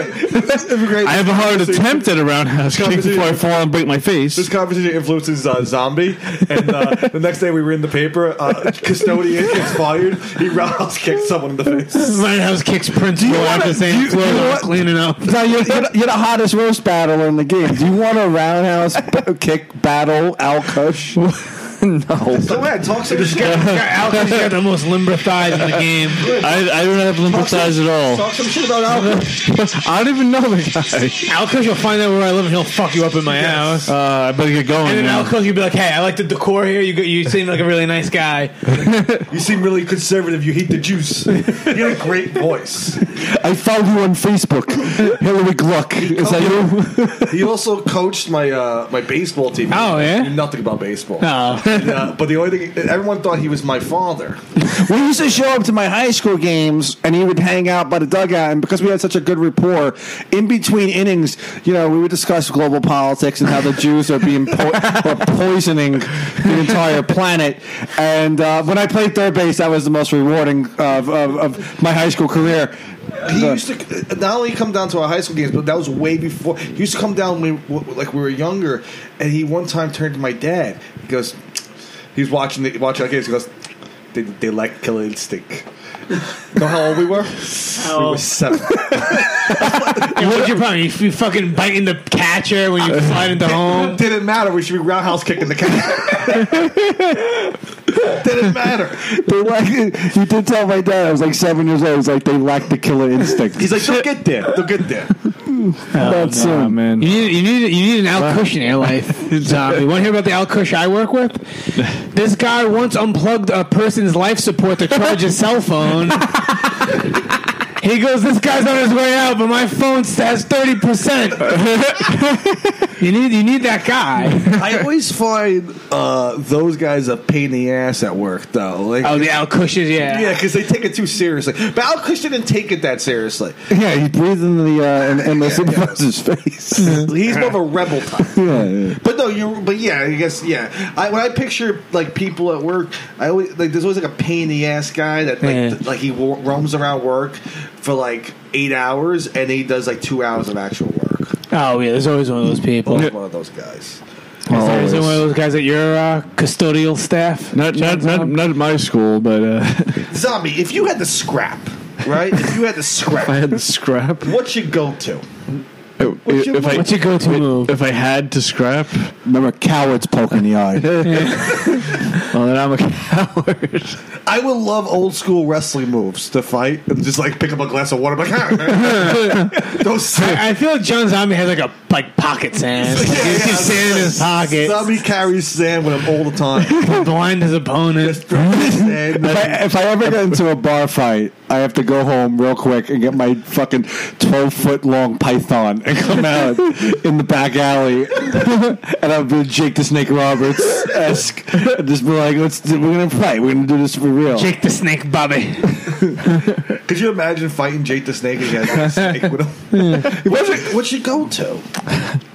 [SPEAKER 1] I have a hard attempt at a roundhouse kick before I fall and break my face.
[SPEAKER 5] This conversation influences uh, Zombie, and uh, the next day we were in the paper. Uh, custodian gets fired. He roundhouse kicked someone in the face.
[SPEAKER 2] Roundhouse kicks Prince Boy
[SPEAKER 3] wanna-
[SPEAKER 2] after
[SPEAKER 3] do
[SPEAKER 2] saying
[SPEAKER 3] you-
[SPEAKER 2] floors
[SPEAKER 3] do you
[SPEAKER 2] aren't
[SPEAKER 3] want-
[SPEAKER 2] cleaning up.
[SPEAKER 3] No, you're, you're, the- you're the hottest roast battle in the game. Do you want a roundhouse b- kick battle, Al Kush? no.
[SPEAKER 4] Go ahead, talk some shit.
[SPEAKER 2] Al Cush got the most limber thighs in the game.
[SPEAKER 1] I, I don't have lymphathize at all.
[SPEAKER 4] Talk some shit about Al Kush.
[SPEAKER 1] I don't even know the
[SPEAKER 2] Al Cush will find out where I live and he'll fuck you up in my house.
[SPEAKER 1] guy. Uh, I better get going.
[SPEAKER 2] And then
[SPEAKER 1] now.
[SPEAKER 2] Al Cook, you'd be like, "Hey, I like the decor here. You go, you seem like a really nice guy."
[SPEAKER 5] You seem really conservative. You hate the juice. You had a great voice.
[SPEAKER 3] I found you on Facebook. Hillary Gluck. Is that you?
[SPEAKER 5] He also coached my uh, my baseball team.
[SPEAKER 2] Oh, yeah?
[SPEAKER 5] I knew nothing about baseball.
[SPEAKER 2] Oh,
[SPEAKER 5] And, uh, but the only thing everyone thought he was my father.
[SPEAKER 3] We used to show up to my high school games, and he would hang out by the dugout. And because we had such a good rapport, in between innings, you know, we would discuss global politics and how the Jews are being po- are poisoning the entire planet. And uh, when I played third base, that was the most rewarding of, of, of my high school career.
[SPEAKER 4] He used to not only come down to our high school games, but that was way before. He used to come down when we, like we were younger, and he one time turned to my dad. He goes, he's watching the, watching our games. He goes, they, they like Killer Instinct. know how old we were? We were seven.
[SPEAKER 2] and what's your problem? You, you fucking biting the catcher when you fly into home.
[SPEAKER 4] Didn't matter. We should be roundhouse kicking the cat. Didn't matter.
[SPEAKER 3] They like, he did tell my dad I was like seven years old. He was like, they lack the killer instinct.
[SPEAKER 4] He's like, they'll get there. They'll get there.
[SPEAKER 3] Not soon.
[SPEAKER 1] Oh, man.
[SPEAKER 2] You need, you need, you need an Al Cush in your life, zombie. Want to hear about the Al Cush I work with? This guy once unplugged a person's life support to charge his cell phone. He goes, this guy's on his way out, but my phone says thirty percent. You need, you need that guy.
[SPEAKER 4] I always find uh, those guys a pain in the ass at work, though. Like,
[SPEAKER 2] Oh, the Al Cushes,
[SPEAKER 4] yeah, because they take it too seriously. But Al Kush didn't take it that seriously.
[SPEAKER 3] Yeah, he breathed in the uh, in, in the supervisor's face.
[SPEAKER 4] He's more of a rebel type.
[SPEAKER 3] Yeah, yeah.
[SPEAKER 4] But no, you. But yeah, I guess yeah. I, when I picture like people at work, I always like there's always like a pain in the ass guy that like
[SPEAKER 2] Yeah.
[SPEAKER 4] th- like he wa- roams around work for like eight hours and he does like two hours of actual work.
[SPEAKER 2] Oh yeah, there's always one of those people.
[SPEAKER 4] Well,
[SPEAKER 2] Is
[SPEAKER 4] One of those guys.
[SPEAKER 2] there is there one of those guys at your uh, custodial staff?
[SPEAKER 1] Not not, not not at my school, but uh,
[SPEAKER 4] Zombie, if you had to scrap, right? if you had to
[SPEAKER 1] I
[SPEAKER 4] scrap,
[SPEAKER 1] had the scrap.
[SPEAKER 4] what's your go to?
[SPEAKER 1] If,
[SPEAKER 2] your-
[SPEAKER 1] if I
[SPEAKER 2] what's your go-to
[SPEAKER 1] if-
[SPEAKER 2] move?
[SPEAKER 1] If I had to scrap,
[SPEAKER 3] Remember, cowards poke in the eye.
[SPEAKER 1] well then I'm a coward.
[SPEAKER 4] I would love old school wrestling moves to fight and just like pick up a glass of water. I'm like, those
[SPEAKER 2] I feel like John Zombie has like a like pocket sand. Like,
[SPEAKER 4] Yeah,
[SPEAKER 2] he's
[SPEAKER 4] yeah.
[SPEAKER 2] just sand in his pocket.
[SPEAKER 4] zombie carries sand with him all the time.
[SPEAKER 2] blind his opponent.
[SPEAKER 3] If
[SPEAKER 4] Sand.
[SPEAKER 3] I, if I ever get into a bar fight, I have to go home real quick and get my fucking twelve foot long python and come out in the back alley, and I'll be Jake the Snake Roberts esque, just be like, "Let's do, we're gonna fight. We're gonna do this for real."
[SPEAKER 2] Jake the Snake Bobby.
[SPEAKER 4] Could you imagine fighting Jake the Snake against a snake with him? what's, your, what's your go to?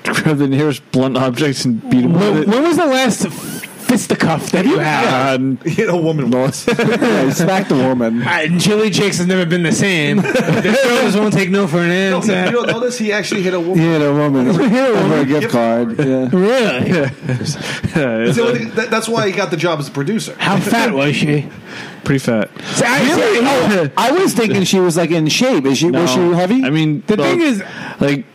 [SPEAKER 1] Grab the nearest blunt objects and beat him
[SPEAKER 2] when,
[SPEAKER 1] with it.
[SPEAKER 2] when was the last fisticuff that you have.
[SPEAKER 1] Um,
[SPEAKER 4] hit a woman once.
[SPEAKER 3] yeah, he smacked the woman.
[SPEAKER 2] uh, I- and chili chicks has never been the same. the girls won't take no for an
[SPEAKER 4] you
[SPEAKER 2] answer.
[SPEAKER 4] don't know this? He actually hit a
[SPEAKER 3] He
[SPEAKER 4] woman.
[SPEAKER 3] hit a woman over a gift card. Yeah.
[SPEAKER 2] Really?
[SPEAKER 4] That's the only thing- that- that's why he got the job as a producer.
[SPEAKER 2] How fat was she?
[SPEAKER 1] pretty fat.
[SPEAKER 2] See, I- see, oh,
[SPEAKER 3] I was thinking she was like in shape. Is she was she
[SPEAKER 1] No.
[SPEAKER 3] heavy?
[SPEAKER 1] I mean,
[SPEAKER 2] the
[SPEAKER 1] well,
[SPEAKER 2] thing is,
[SPEAKER 1] like,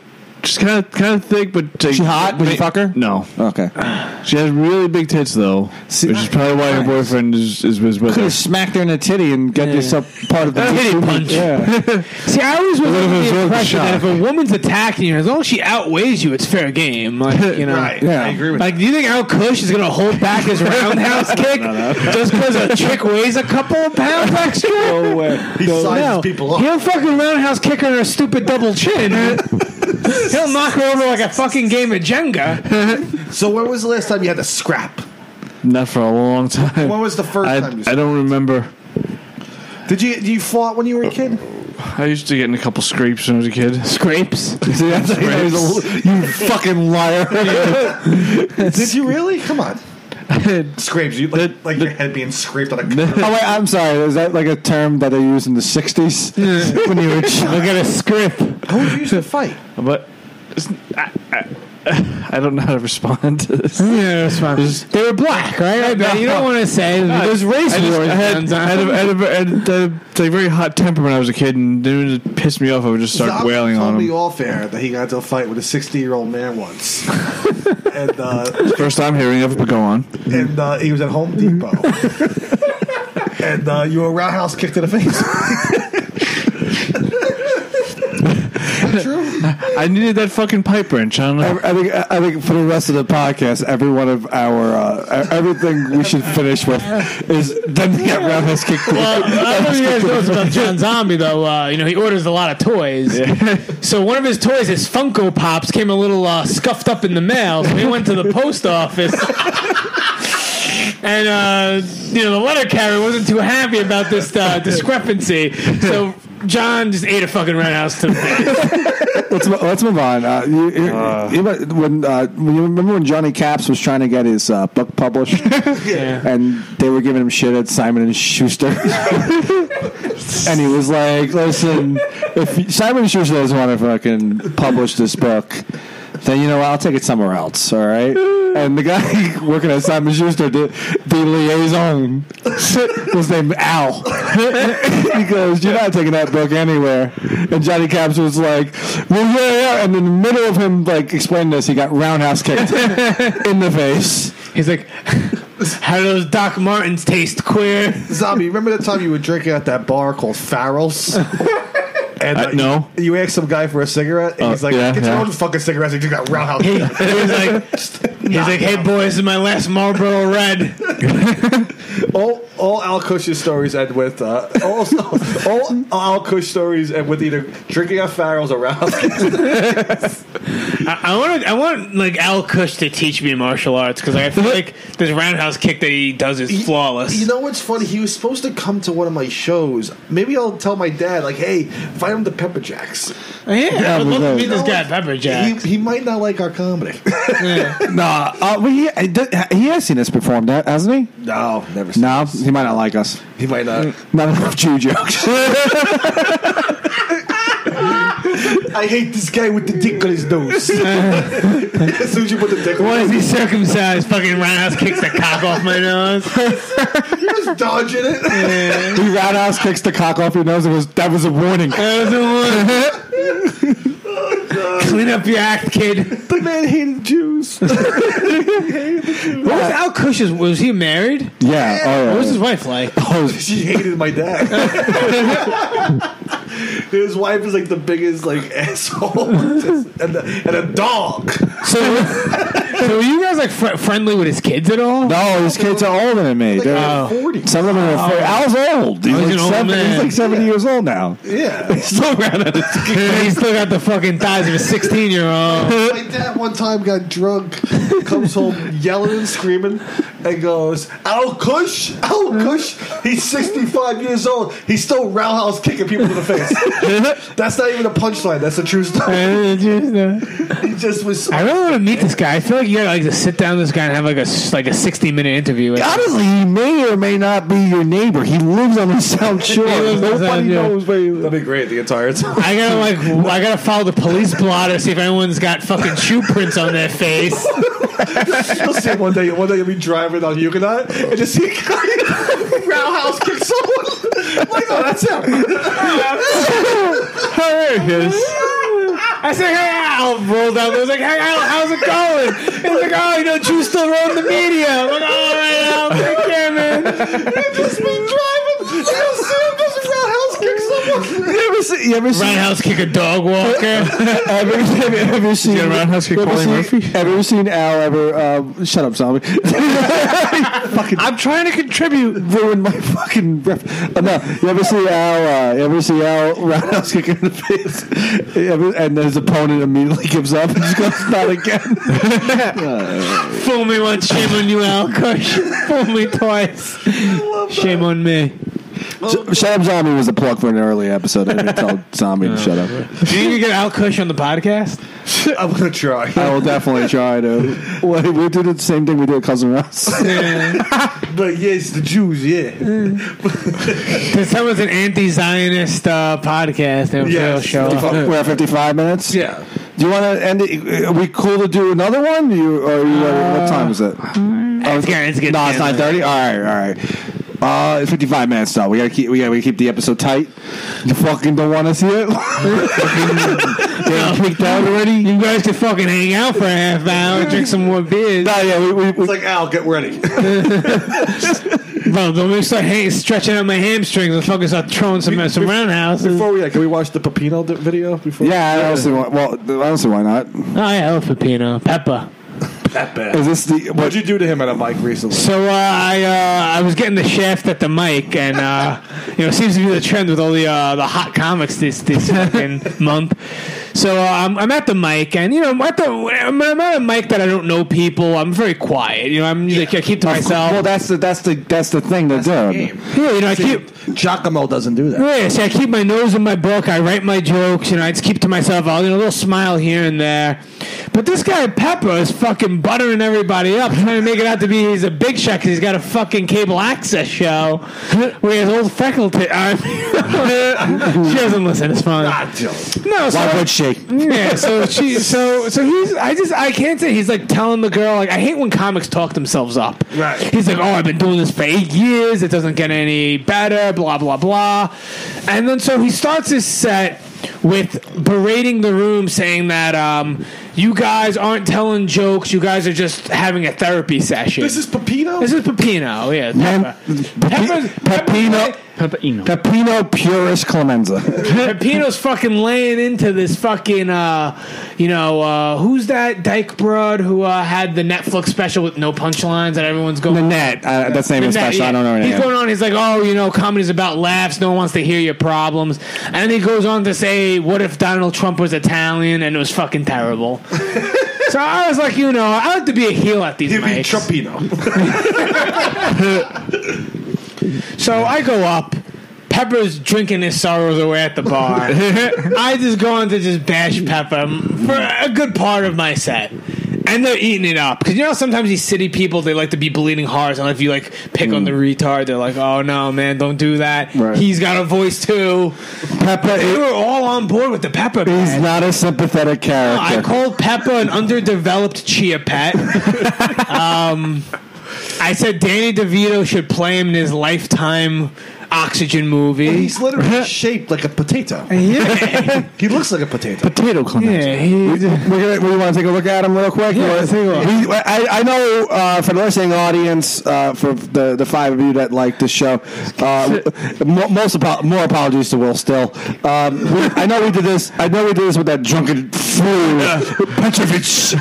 [SPEAKER 1] just kind of, kind of thick, but like,
[SPEAKER 3] she hot? Would you
[SPEAKER 1] ma-
[SPEAKER 3] fuck her?
[SPEAKER 1] No,
[SPEAKER 3] Okay.
[SPEAKER 1] she has really big tits though,
[SPEAKER 3] See-
[SPEAKER 1] which is probably why her
[SPEAKER 3] Nice.
[SPEAKER 1] boyfriend is, is, is with
[SPEAKER 3] Could
[SPEAKER 1] her.
[SPEAKER 3] have smacked her in the titty and got yourself part of the
[SPEAKER 2] Titty punch.
[SPEAKER 3] Yeah.
[SPEAKER 2] see, I always was
[SPEAKER 3] would've
[SPEAKER 2] under the
[SPEAKER 3] absorbed the
[SPEAKER 2] impression that if a woman's attacking you, as long as she outweighs you, it's fair game. Like you know.
[SPEAKER 4] Right.
[SPEAKER 3] Yeah.
[SPEAKER 4] I agree with
[SPEAKER 2] Like, do you think Al Kush is going to hold back his roundhouse kick just because a chick weighs a couple of pounds extra? No way.
[SPEAKER 4] He sizes people up.
[SPEAKER 2] He'll fucking roundhouse kick her in her stupid double chin. He'll knock her over like a fucking game of Jenga.
[SPEAKER 4] So when was the last time you had to scrap?
[SPEAKER 1] Not for a long time.
[SPEAKER 4] When was the first
[SPEAKER 1] I,
[SPEAKER 4] time you
[SPEAKER 1] I don't remember.
[SPEAKER 4] Did you you fought when you were a kid?
[SPEAKER 1] I used to get in a couple scrapes when I was a kid.
[SPEAKER 2] Scrapes.
[SPEAKER 3] See, that's like, that was a little- you fucking liar.
[SPEAKER 4] Did you really? Come on. Scrapes you like, like your head being scraped on a curb.
[SPEAKER 3] Oh, wait, I'm sorry. Is that like a term that they used in the 60s? when you were a child?
[SPEAKER 2] Look at a script.
[SPEAKER 4] Who do you used to fight?
[SPEAKER 1] But it's- I, I, I don't know how to respond to this.
[SPEAKER 2] Yeah, that's fine. They were black, right? I bet. You don't want to say there's race
[SPEAKER 1] I, just,
[SPEAKER 2] wars.
[SPEAKER 1] I had,
[SPEAKER 2] guns on.
[SPEAKER 1] I had, a, I had, a, I had a, like, very hot temper when I was a kid, and it would piss me off. I would just start
[SPEAKER 4] Zop
[SPEAKER 1] wailing
[SPEAKER 4] told
[SPEAKER 1] on
[SPEAKER 4] me
[SPEAKER 1] him.
[SPEAKER 4] off air that he got into a fight with a 60 year old man once, and uh,
[SPEAKER 1] First time hearing of it, but go on.
[SPEAKER 4] and uh, he was at Home Depot, and uh, you were roundhouse kicked in the face.
[SPEAKER 1] I needed that fucking pipe wrench. I don't know.
[SPEAKER 3] I think, I think for the rest of the podcast, every one of our, uh, everything we should finish with is them get roundhouse kicked.
[SPEAKER 2] Well, I don't know if you guys know this about John Zombie though. Uh, you know, he orders a lot of toys. So one of his toys, his Funko Pops, came a little uh, scuffed up in the mail. So he went to the post office. And uh, you know the letter carrier wasn't too happy about this uh, discrepancy, so John just ate a fucking roundhouse to the face.
[SPEAKER 3] let's mo- let's move on. Uh, you, you, you might- when uh, when you remember when Johnny Caps was trying to get his uh, book published, and they were giving him shit at Simon and Schuster, and he was like, "Listen, if Simon and Schuster doesn't want to fucking publish this book." Then you know what? I'll take it somewhere else. All right. And the guy working at Simon Schuster, the, the liaison, was named Al. he goes, "You're not taking that book anywhere." And Johnny Caps was like, "Well, yeah, yeah." And in the middle of him like explaining this, he got roundhouse kicked in the face.
[SPEAKER 2] He's like, "How do those Doc Martens taste queer?"
[SPEAKER 4] Zombie, remember the time you were drinking at that bar called Farrell's? And, uh,
[SPEAKER 1] I- no.
[SPEAKER 4] You, asked some guy for a cigarette, and
[SPEAKER 1] Oh,
[SPEAKER 4] he's like,
[SPEAKER 1] yeah,
[SPEAKER 4] get your
[SPEAKER 1] yeah.
[SPEAKER 4] own fucking cigarettes. He just got roundhouse.
[SPEAKER 2] He, he
[SPEAKER 4] kicked.
[SPEAKER 2] was like, "He's like, hey boys, this is my last Marlboro Red."
[SPEAKER 4] all all Al Kush's stories end with uh, all, all Al Kush stories end with either drinking at Farrell's or roundhouse. kicks.
[SPEAKER 2] I want I want like Al Kush to teach me martial arts because I feel like this roundhouse kick that he does is flawless.
[SPEAKER 4] You know what's funny? He was supposed to come to one of my shows. Maybe I'll tell my dad, like, hey, find him the Pepper Jacks.
[SPEAKER 2] yeah, I would love
[SPEAKER 3] but
[SPEAKER 2] to
[SPEAKER 3] no.
[SPEAKER 2] meet this
[SPEAKER 4] No,
[SPEAKER 2] guy, Pepper
[SPEAKER 4] He,
[SPEAKER 2] Jack.
[SPEAKER 4] he might not like our comedy.
[SPEAKER 3] Nah, uh, well, he I did- he has seen us perform, that hasn't he?
[SPEAKER 4] no, never.
[SPEAKER 3] No, he might not like us.
[SPEAKER 4] He might not.
[SPEAKER 3] Not enough Jew jokes.
[SPEAKER 4] I hate this guy with the dick on his nose. as soon as you put the dick on
[SPEAKER 2] Why
[SPEAKER 4] his
[SPEAKER 2] is he circumcised? Fucking roundhouse kicks the cock off my nose.
[SPEAKER 4] you're just dodging it.
[SPEAKER 3] he roundhouse kicks the cock off your nose. It was that was a warning.
[SPEAKER 2] That was the one. Clean up your act, kid.
[SPEAKER 4] the man hated Jews.
[SPEAKER 2] What was Al Kush's? Was he married?
[SPEAKER 3] Yeah. Oh, yeah,
[SPEAKER 2] What was his
[SPEAKER 3] yeah.
[SPEAKER 2] wife like?
[SPEAKER 4] she hated my dad. his wife is like the biggest like asshole and, a, and a dog.
[SPEAKER 2] So, so were you guys like fr- friendly with his kids at all?
[SPEAKER 3] No, his Oh, kids are older than me.
[SPEAKER 4] Like
[SPEAKER 3] They're-
[SPEAKER 4] forty.
[SPEAKER 3] Some of them are. Al's old. He's,
[SPEAKER 2] Oh, uh, he's
[SPEAKER 3] like
[SPEAKER 2] an old
[SPEAKER 3] 70, he's
[SPEAKER 2] man.
[SPEAKER 3] like seventy years old now.
[SPEAKER 4] Yeah.
[SPEAKER 3] Still roundhouse.
[SPEAKER 2] He's still got the fucking thighs of a sixteen-year-old.
[SPEAKER 4] My dad one time got drunk, comes home yelling and screaming,
[SPEAKER 5] and goes, Al Kush, Al Kush. He's 65 years old. He's still roundhouse kicking people in the face. that's not even a punchline. That's a true story. He just was.
[SPEAKER 2] Uh, I really want to meet this guy. I feel like you gotta like just sit down with this guy and have like a s- like a sixty minute interview. with him.
[SPEAKER 3] Honestly, he may or may not be your neighbor. He lives on the South Shore.
[SPEAKER 2] lives on the South
[SPEAKER 3] Nobody
[SPEAKER 2] Shore.
[SPEAKER 3] knows where he
[SPEAKER 5] That'd
[SPEAKER 3] lives.
[SPEAKER 5] be great the entire time.
[SPEAKER 2] I gotta like w- I gotta follow the police blotter see if anyone's got fucking shoe prints on their face.
[SPEAKER 5] You'll see one day. One day you'll be driving on Huguenot and just see a guy roundhouse kick someone. like, oh, that's him.
[SPEAKER 2] I said, "Hey, Al!" Rolled up. I was like, "Hey, Al, how's it going?" He's like, "Oh, you know, Drew's still rolling the media." I'm like, "All right, Al, take care, man."
[SPEAKER 5] just be driving. You'll see him just roundhouse kick someone.
[SPEAKER 3] You ever see? You ever see?
[SPEAKER 2] Roundhouse kick a dog walker.
[SPEAKER 3] Have you have you ever seen?
[SPEAKER 1] a roundhouse kick
[SPEAKER 3] you ever
[SPEAKER 1] Paulie
[SPEAKER 3] seen-
[SPEAKER 1] Murphy?
[SPEAKER 3] Have you ever seen Al ever? Um, shut up, zombie. fucking
[SPEAKER 1] I'm trying to contribute.
[SPEAKER 3] ruined my fucking ref. Uh, no, you ever see Al? Uh, you ever see Al roundhouse kick in the face? You ever- and his opponent immediately gives up and just goes, "Not again."
[SPEAKER 2] Fool me once, shame on you, Al. Kush. Fool me twice, shame on me.
[SPEAKER 3] Shut up, zombie was a plug for an early episode. I didn't tell zombie to shut up.
[SPEAKER 2] Do you even get Al Kush on the podcast?
[SPEAKER 5] I'm gonna try.
[SPEAKER 3] I will definitely try to. Well, we do the same thing we do at Cousin Ross.
[SPEAKER 5] But yes, the Jews, yeah.
[SPEAKER 2] Because that was an anti-Zionist uh, podcast. They
[SPEAKER 5] Yes.
[SPEAKER 2] will show up.
[SPEAKER 3] We're at 55 minutes.
[SPEAKER 5] Yeah.
[SPEAKER 3] Do you want to end it? Are we cool to do another one? Do you, or you, what time is it? Oh,
[SPEAKER 2] It's getting- it's getting
[SPEAKER 3] no, it's
[SPEAKER 2] down
[SPEAKER 3] nine thirty. All right, all right. Uh, it's fifty-five minutes though. We gotta keep. We gotta, we keep the episode tight. You fucking don't want to see it. Getting kicked out already.
[SPEAKER 2] You guys can fucking hang out for a half hour, drink some more beers.
[SPEAKER 3] No, yeah, we, we, we,
[SPEAKER 5] It's like Al, get ready.
[SPEAKER 2] Bro, don't we start hang- stretching out my hamstrings and fucking start throwing some some roundhouses.
[SPEAKER 5] Before we, yeah, can we watch the Pepino d- video? Before
[SPEAKER 3] yeah. I honestly, want, well, honestly, why not?
[SPEAKER 2] oh yeah, El Pepino, Peppa.
[SPEAKER 5] that bad.
[SPEAKER 3] Is this the what?
[SPEAKER 5] What'd you do to him at a mic recently?
[SPEAKER 2] So uh, I uh, I was getting the shaft at the mic, and uh, you know it seems to be the trend with all the uh, the hot comics this this fucking month. So uh, I'm, I'm at the mic, and you know I'm at the I'm, I'm at a mic that I don't know people. I'm very quiet. You know I'm like I keep to myself.
[SPEAKER 3] Well, that's the that's the that's the thing to do.
[SPEAKER 2] yeah, you know I keep
[SPEAKER 5] Giacomo doesn't do that.
[SPEAKER 2] Yeah, see, I keep my nose in my book. I write my jokes. You know, I just keep to myself. I'll you know, a little smile here and there. But this guy Pepper is fucking buttering everybody up, trying to make it out to be he's a big shot because he's got a fucking cable access show where he has old freckled. T- I mean, she doesn't listen. It's fine. No, so
[SPEAKER 3] Why would she?
[SPEAKER 2] yeah, so she, so, so he's. I just, I can't say he's like telling the girl. Like, I hate when comics talk themselves up.
[SPEAKER 5] Right.
[SPEAKER 2] He's like, oh, I've been doing this for eight years. It doesn't get any better. Blah blah blah. And then so he starts his set with berating the room, saying that um, you guys aren't telling jokes. You guys are just having a therapy session.
[SPEAKER 5] This is Pepino.
[SPEAKER 2] This is Pepino, yeah.
[SPEAKER 3] Man,
[SPEAKER 2] Peppa. Peppa's-
[SPEAKER 3] Pepino, Pepino Purist Clemenza.
[SPEAKER 2] Pepino's fucking laying into this fucking, uh, you know, uh, who's that dyke broad who uh, had the Netflix special with no punchlines that everyone's going
[SPEAKER 3] Nanette, uh, that's the name of the
[SPEAKER 2] Nanette,
[SPEAKER 3] special. I
[SPEAKER 2] yeah.
[SPEAKER 3] don't know. her
[SPEAKER 2] He's
[SPEAKER 3] name.
[SPEAKER 2] going on. He's like, oh, you know, comedy's about laughs. No one wants to hear your problems. And then he goes on to say, what if Donald Trump was Italian and it was fucking terrible? so I was like, you know, I like to be a heel at these
[SPEAKER 5] He'd be
[SPEAKER 2] mics.
[SPEAKER 5] Trumpino.
[SPEAKER 2] So I go up. Pepper's drinking his sorrows away at the bar. I just go on to just bash Pepper for a good part of my set. And they're eating it up. Because you know, sometimes these city people, they like to be bleeding hearts. And if you like pick on the retard, they're like, oh no, man, don't do that.
[SPEAKER 3] Right.
[SPEAKER 2] He's got a voice too.
[SPEAKER 3] Peppa
[SPEAKER 2] They
[SPEAKER 3] is
[SPEAKER 2] were all on board with the Pepper.
[SPEAKER 3] he's
[SPEAKER 2] bad.
[SPEAKER 3] not a sympathetic character.
[SPEAKER 2] I called Peppa an underdeveloped chia pet. um, I said Danny DeVito should play him in his lifetime oxygen movie.
[SPEAKER 5] He's literally shaped like a potato.
[SPEAKER 2] Yeah,
[SPEAKER 5] He looks like a potato.
[SPEAKER 3] Potato Clemenza.
[SPEAKER 2] yeah, he-
[SPEAKER 3] We're gonna, we want to take a look at him real quick.
[SPEAKER 2] Yeah,
[SPEAKER 3] Or-
[SPEAKER 2] let's take a look.
[SPEAKER 3] We- I, I know uh, for the listening audience, uh, for the, the five of you that like the show, uh, mo- most apo- more apologies to Will. Still, um, we, I know we did this. I know we did this with that drunken fool Petrovich.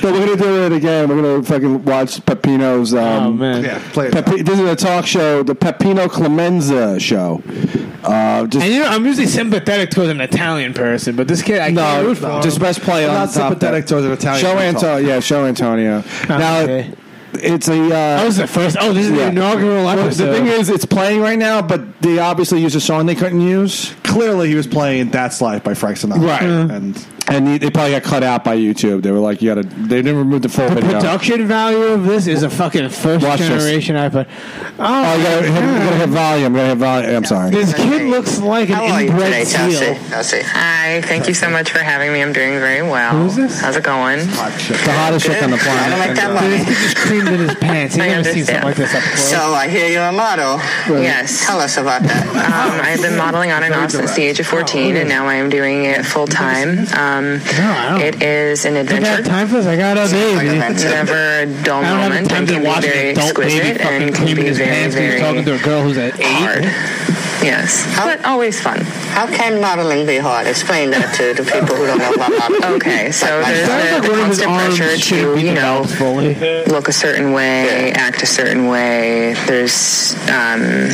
[SPEAKER 3] but we're gonna do it again. We're gonna fucking watch Pepino's. Um,
[SPEAKER 2] oh man.
[SPEAKER 5] Yeah, play it.
[SPEAKER 3] Pepe, this is a talk show, the Pepino Clemenza show. Uh, just
[SPEAKER 2] And you know, I'm usually sympathetic towards an Italian person, but this kid, I can't root for. him.
[SPEAKER 3] uh, just best play
[SPEAKER 5] I'm
[SPEAKER 3] on
[SPEAKER 5] not
[SPEAKER 3] top
[SPEAKER 5] sympathetic
[SPEAKER 3] there.
[SPEAKER 5] towards an Italian
[SPEAKER 3] Show
[SPEAKER 5] people.
[SPEAKER 3] Antonio, yeah, show Antonio. now,
[SPEAKER 2] okay.
[SPEAKER 3] it's a. Uh,
[SPEAKER 2] That was the first. Oh, this is the
[SPEAKER 3] Yeah.
[SPEAKER 2] inaugural
[SPEAKER 3] Well, the
[SPEAKER 2] episode.
[SPEAKER 3] thing is, it's playing right now, but they obviously used a song they couldn't use,
[SPEAKER 4] Clearly, he was playing "That's Life" by Frank Sinatra.
[SPEAKER 2] Right.
[SPEAKER 4] and
[SPEAKER 3] and they, they probably got cut out by YouTube. They were like, "You gotta." They never moved the full
[SPEAKER 2] the
[SPEAKER 3] video.
[SPEAKER 2] production value of this is a fucking first
[SPEAKER 3] Watch this.
[SPEAKER 2] generation iPod. Oh,
[SPEAKER 3] Oh, you
[SPEAKER 2] my
[SPEAKER 3] gotta, you gotta hit volume. You gotta hit volume. I'm sorry.
[SPEAKER 2] This kid looks like
[SPEAKER 6] How
[SPEAKER 2] an
[SPEAKER 6] are you today,
[SPEAKER 2] inbred
[SPEAKER 6] Chelsea?
[SPEAKER 2] seal.
[SPEAKER 6] Chelsea? Hi, thank you so much for having me. I'm doing very well.
[SPEAKER 2] Who is this?
[SPEAKER 6] How's it going?
[SPEAKER 3] The hottest shit on the
[SPEAKER 6] I don't
[SPEAKER 3] planet.
[SPEAKER 6] like that
[SPEAKER 2] This
[SPEAKER 6] line.
[SPEAKER 2] kid just creamed in his pants. He's
[SPEAKER 6] I
[SPEAKER 2] never seen
[SPEAKER 6] understand.
[SPEAKER 2] something like this up close.
[SPEAKER 6] So I hear you're a model. Yes. Tell us about that. Um, I've been modeling on and off since the age of 14, and now I am doing it full time. Um,
[SPEAKER 2] I don't-
[SPEAKER 6] it is an
[SPEAKER 2] I got
[SPEAKER 6] adventure.
[SPEAKER 2] time for this. I got a baby.
[SPEAKER 6] It's never a dull
[SPEAKER 2] I don't have the
[SPEAKER 6] moment
[SPEAKER 2] time
[SPEAKER 6] and
[SPEAKER 2] to
[SPEAKER 6] can
[SPEAKER 2] watch
[SPEAKER 6] be very
[SPEAKER 2] an adult baby
[SPEAKER 6] exquisite
[SPEAKER 2] fucking
[SPEAKER 6] and can
[SPEAKER 2] creaming
[SPEAKER 6] be
[SPEAKER 2] his
[SPEAKER 6] very,
[SPEAKER 2] pants when you're talking
[SPEAKER 6] very
[SPEAKER 2] to a girl who's at
[SPEAKER 6] hard.
[SPEAKER 2] eight.
[SPEAKER 6] Yes, but always fun.
[SPEAKER 7] How can modeling be hard? Explain that to the people who don't know about modeling.
[SPEAKER 6] Okay, so there's
[SPEAKER 2] Sounds
[SPEAKER 6] the,
[SPEAKER 2] like
[SPEAKER 6] the
[SPEAKER 2] one of his
[SPEAKER 6] constant pressure
[SPEAKER 2] arms should
[SPEAKER 6] to,
[SPEAKER 2] be
[SPEAKER 6] you know,
[SPEAKER 2] developed fully.
[SPEAKER 6] look a certain way, act a certain way. There's um,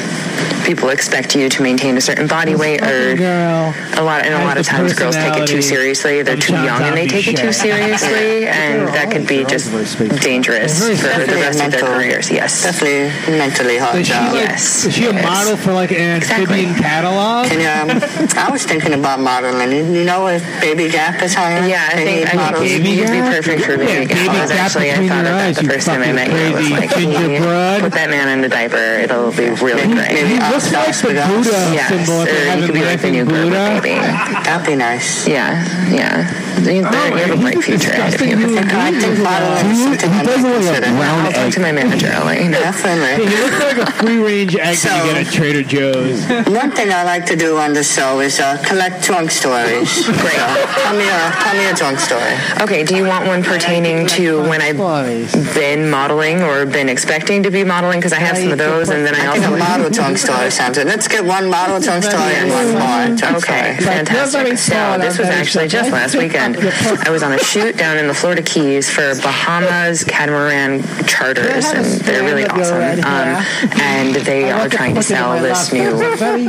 [SPEAKER 6] people expect you to maintain a certain body weight or
[SPEAKER 2] Girl.
[SPEAKER 6] a lot. And a
[SPEAKER 2] has
[SPEAKER 6] lot of
[SPEAKER 2] the
[SPEAKER 6] times girls take it
[SPEAKER 2] personality
[SPEAKER 6] too seriously. They're
[SPEAKER 2] of
[SPEAKER 6] too
[SPEAKER 2] John
[SPEAKER 6] young and they
[SPEAKER 2] Zombie
[SPEAKER 6] take it too
[SPEAKER 2] shit.
[SPEAKER 6] seriously, and that could be just dangerous for the
[SPEAKER 7] Definitely
[SPEAKER 6] rest of their
[SPEAKER 7] mental.
[SPEAKER 6] careers. Yes,
[SPEAKER 7] Definitely mentally hard
[SPEAKER 2] Is she,
[SPEAKER 7] job.
[SPEAKER 2] like,
[SPEAKER 6] Yes,
[SPEAKER 2] is she a
[SPEAKER 6] yes.
[SPEAKER 2] model for like an
[SPEAKER 6] Exactly.
[SPEAKER 2] amphibian catalog?
[SPEAKER 7] And, um, I was thinking about modeling. You- You know if Baby Gap is hiring?
[SPEAKER 6] Yeah, I
[SPEAKER 7] They
[SPEAKER 6] think
[SPEAKER 7] need
[SPEAKER 6] I
[SPEAKER 7] models.
[SPEAKER 6] think you'd be
[SPEAKER 2] Baby
[SPEAKER 6] perfect for
[SPEAKER 2] gap?
[SPEAKER 6] baby
[SPEAKER 2] Yeah,
[SPEAKER 6] gap.
[SPEAKER 2] baby
[SPEAKER 6] Because
[SPEAKER 2] gap
[SPEAKER 6] actually, I
[SPEAKER 2] between
[SPEAKER 6] thought
[SPEAKER 2] your
[SPEAKER 6] of that
[SPEAKER 2] eyes,
[SPEAKER 6] the
[SPEAKER 2] you
[SPEAKER 6] first time I
[SPEAKER 2] fucking
[SPEAKER 6] met you. I was
[SPEAKER 2] crazy
[SPEAKER 6] like,
[SPEAKER 2] gingerbread.
[SPEAKER 6] put that man in the diaper. It'll be really
[SPEAKER 7] Maybe
[SPEAKER 6] great.
[SPEAKER 7] I'll
[SPEAKER 2] Looks
[SPEAKER 7] start
[SPEAKER 2] like the
[SPEAKER 7] with us.
[SPEAKER 2] Buddha symbol
[SPEAKER 6] Yes,
[SPEAKER 2] at the
[SPEAKER 6] or you could
[SPEAKER 2] heaven
[SPEAKER 6] be like the
[SPEAKER 2] laughing
[SPEAKER 6] new
[SPEAKER 2] Buddha.
[SPEAKER 6] Buddha baby.
[SPEAKER 7] That'd be nice.
[SPEAKER 6] Yeah, yeah. You, there- you have a bright future ahead of you. Mm-hmm.
[SPEAKER 7] I think modeling is
[SPEAKER 3] He, he
[SPEAKER 7] something I
[SPEAKER 3] does
[SPEAKER 7] might
[SPEAKER 3] look like a
[SPEAKER 7] consider.
[SPEAKER 3] brown
[SPEAKER 6] I'll talk to
[SPEAKER 3] egg.
[SPEAKER 6] my manager. I'll let you know.
[SPEAKER 7] Definitely.
[SPEAKER 2] He looks like a free range egg that you get at Trader Joe's.
[SPEAKER 7] One thing I like to do on the show is uh, collect drunk stories. Great. Tell me a, tell me a drunk story.
[SPEAKER 6] Okay, do you want one pertaining to when I've been modeling or been expecting to be modeling? Because I have some of those, and then I
[SPEAKER 7] I think a
[SPEAKER 6] also.
[SPEAKER 7] model drunk story sounds good. Let's get one model drunk story and one more drunk
[SPEAKER 6] Okay,
[SPEAKER 7] story.
[SPEAKER 6] fantastic. So this was actually just last weekend. I was on a shoot down in the Florida Keys for Bahamas catamaran charters, and they're really awesome. Um, and they are trying to sell this new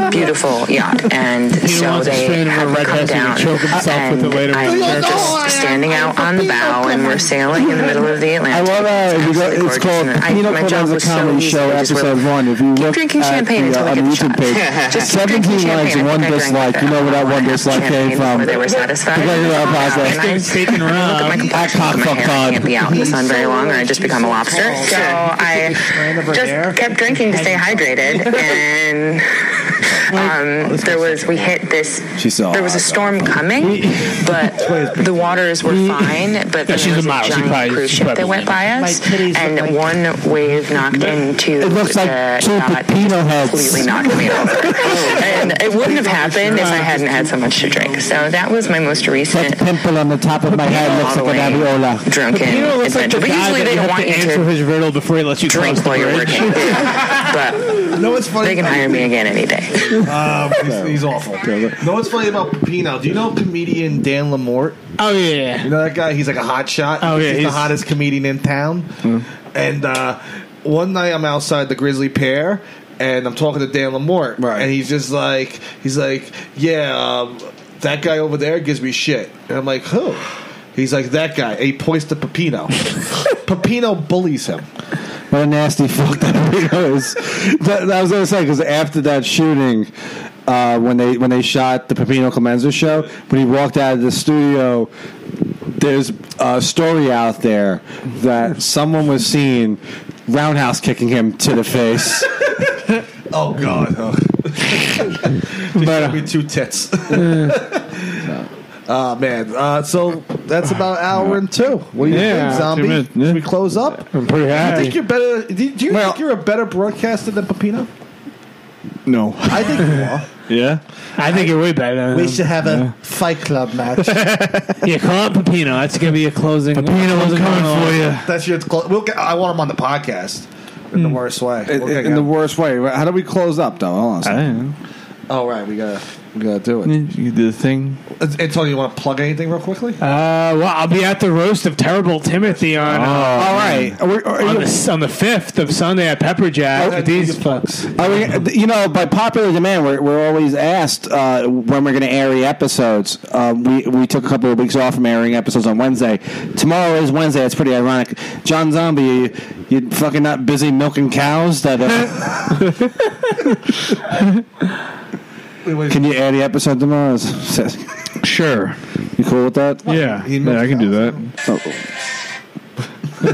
[SPEAKER 6] beautiful yacht, and so
[SPEAKER 2] wants to
[SPEAKER 6] they
[SPEAKER 2] stand in a
[SPEAKER 6] have
[SPEAKER 2] red
[SPEAKER 6] come
[SPEAKER 2] vessel to
[SPEAKER 6] down.
[SPEAKER 2] choke himself with
[SPEAKER 6] And
[SPEAKER 2] the weight of
[SPEAKER 6] I'm
[SPEAKER 2] his character.
[SPEAKER 6] just standing out on the bow, and we're sailing in the middle of the
[SPEAKER 3] I
[SPEAKER 6] Atlantic.
[SPEAKER 3] love uh, if you go,
[SPEAKER 6] absolutely
[SPEAKER 3] it's called
[SPEAKER 6] gorgeous. I-
[SPEAKER 3] Peanut
[SPEAKER 6] my
[SPEAKER 3] Club
[SPEAKER 6] job
[SPEAKER 3] is a
[SPEAKER 6] was so
[SPEAKER 3] comedy
[SPEAKER 6] easy.
[SPEAKER 3] show,
[SPEAKER 6] I just
[SPEAKER 3] episode
[SPEAKER 6] wrote-
[SPEAKER 3] one. If you look
[SPEAKER 6] drinking
[SPEAKER 3] at
[SPEAKER 6] champagne
[SPEAKER 3] the,
[SPEAKER 6] until
[SPEAKER 3] uh,
[SPEAKER 6] I
[SPEAKER 3] on
[SPEAKER 6] get
[SPEAKER 3] the
[SPEAKER 6] the
[SPEAKER 3] YouTube
[SPEAKER 6] shot.
[SPEAKER 3] page,
[SPEAKER 6] Just keep drinking
[SPEAKER 3] 17 likes
[SPEAKER 6] champagne.
[SPEAKER 3] and
[SPEAKER 6] I
[SPEAKER 3] one
[SPEAKER 6] think I drank
[SPEAKER 3] dislike.
[SPEAKER 6] like
[SPEAKER 3] You know where that
[SPEAKER 6] an hour
[SPEAKER 3] one
[SPEAKER 6] and a half
[SPEAKER 3] dislike
[SPEAKER 6] champagne
[SPEAKER 3] came from.
[SPEAKER 6] before they were satisfied.
[SPEAKER 3] Because of that process.
[SPEAKER 6] And I-
[SPEAKER 2] Speaking
[SPEAKER 6] I look at my
[SPEAKER 2] around.
[SPEAKER 6] complexion,
[SPEAKER 3] I cock
[SPEAKER 6] my
[SPEAKER 3] fuck
[SPEAKER 6] hair, I
[SPEAKER 3] cock.
[SPEAKER 6] can't be out in the sun very long, or I just become a lobster. So I just kept drinking to stay hydrated, and um, there was we hit this.
[SPEAKER 3] She's so
[SPEAKER 6] There was a
[SPEAKER 3] awesome.
[SPEAKER 6] storm coming, but the waters were fine. But
[SPEAKER 2] Yeah,
[SPEAKER 6] there
[SPEAKER 2] she's a
[SPEAKER 6] was
[SPEAKER 2] model. She
[SPEAKER 6] giant
[SPEAKER 2] probably-
[SPEAKER 6] cruise
[SPEAKER 2] she
[SPEAKER 6] ship
[SPEAKER 2] probably
[SPEAKER 6] that went by us, and one wave knocked into
[SPEAKER 3] it looks like
[SPEAKER 6] the
[SPEAKER 3] two
[SPEAKER 6] yacht
[SPEAKER 3] Pepino
[SPEAKER 6] completely
[SPEAKER 3] heads.
[SPEAKER 6] knocked me over. and it wouldn't have happened if I hadn't had so much to drink. So that was my most
[SPEAKER 3] That
[SPEAKER 6] recent
[SPEAKER 3] pimple on the top of my head looks like a
[SPEAKER 6] modeling
[SPEAKER 3] gaviola.
[SPEAKER 6] drunken
[SPEAKER 2] Peter looks like
[SPEAKER 6] adventure.
[SPEAKER 2] the
[SPEAKER 6] But
[SPEAKER 2] guy
[SPEAKER 6] usually
[SPEAKER 2] that
[SPEAKER 6] they
[SPEAKER 2] you have
[SPEAKER 6] don't want
[SPEAKER 2] to
[SPEAKER 6] you
[SPEAKER 2] answer
[SPEAKER 6] to
[SPEAKER 2] his riddle before he lets you cross
[SPEAKER 6] drink
[SPEAKER 2] the
[SPEAKER 6] while you're
[SPEAKER 2] bridge.
[SPEAKER 6] working. But
[SPEAKER 4] no, it's funny.
[SPEAKER 6] they can hire me again any day.
[SPEAKER 4] Um, he's, he's awful. No, what's funny about Pepino? Do you know comedian Dan Lamort?
[SPEAKER 2] Oh yeah.
[SPEAKER 4] You know that guy? He's like a hot shot.
[SPEAKER 2] Oh, yeah,
[SPEAKER 4] he's, the
[SPEAKER 2] he's- Hmm.
[SPEAKER 4] hottest comedian in town. And uh, one night I'm outside the Grizzly Pear, and I'm talking to Dan Lamort,
[SPEAKER 3] Right.
[SPEAKER 4] and he's just like, he's like, yeah, um, that guy over there gives me shit, and I'm like, who? He's like that guy. And he points to Pepino. Pepino bullies him.
[SPEAKER 3] What a nasty fuck that burrito is. that, that was what I was saying because after that shooting, uh, when they when they shot the Pepino Clemenza show, when he walked out of the studio, there's a story out there that someone was seen roundhouse kicking him to the face.
[SPEAKER 4] Oh God! Oh.
[SPEAKER 2] But, uh,
[SPEAKER 4] Give me two tits. Oh man! Uh, so that's about an hour and two. What do you
[SPEAKER 2] Yeah,
[SPEAKER 4] think,
[SPEAKER 2] two
[SPEAKER 4] Zombie?
[SPEAKER 2] minutes, yeah.
[SPEAKER 4] Should we close up?
[SPEAKER 2] I'm pretty
[SPEAKER 4] I think
[SPEAKER 2] happy.
[SPEAKER 4] you're better. Do, do you
[SPEAKER 3] Well-
[SPEAKER 4] think you're a better broadcaster than Pepino?
[SPEAKER 8] No.
[SPEAKER 4] I think you are.
[SPEAKER 8] Yeah.
[SPEAKER 2] I think you're way better. Than him.
[SPEAKER 4] have a fight club match.
[SPEAKER 2] Yeah, call out Pepino. That's gonna be a closing. Pepino, I'm coming for you.
[SPEAKER 4] That's your. Cl- we'll get, I want him on the podcast in
[SPEAKER 2] Hmm.
[SPEAKER 4] the worst way.
[SPEAKER 3] in,
[SPEAKER 4] We'll get
[SPEAKER 3] in the
[SPEAKER 4] him.
[SPEAKER 3] worst way. How do we close up though? Hold on. a second.
[SPEAKER 4] oh right, we got.
[SPEAKER 3] You gotta do it.
[SPEAKER 1] You can do the thing.
[SPEAKER 4] Uh, Antonio, you want to plug anything real quickly?
[SPEAKER 2] Uh, well, I'll be at the roast of Terrible Timothy on uh,
[SPEAKER 3] All right. Are we,
[SPEAKER 2] on
[SPEAKER 3] are you,
[SPEAKER 2] the on the fifth of Sunday at Pepper Jack.
[SPEAKER 3] Oh,
[SPEAKER 2] these folks.
[SPEAKER 3] are we, you know, by popular demand, we're, we're always asked uh, when we're going to air the episodes. Um, we, we took a couple of weeks off from airing episodes on Wednesday. Tomorrow is Wednesday. It's pretty ironic. John Zombie, you, you fucking not busy milking cows? That uh, Can you air the episode tomorrow?
[SPEAKER 1] Sure.
[SPEAKER 3] you cool with that?
[SPEAKER 2] Uh,
[SPEAKER 3] Oh.
[SPEAKER 1] Yeah. Yeah, I can do that.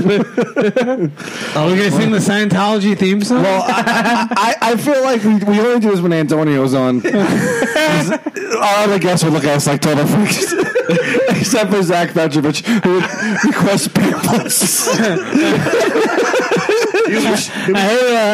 [SPEAKER 2] Are we gonna sing the Scientology theme song?
[SPEAKER 3] Well, I, I, I feel like we, we only do this when Antonio's on. 'Cause Our other guests would look at us like total freaks. Except for Zach Petrovich, who would request pamphlets.
[SPEAKER 2] I heard, uh,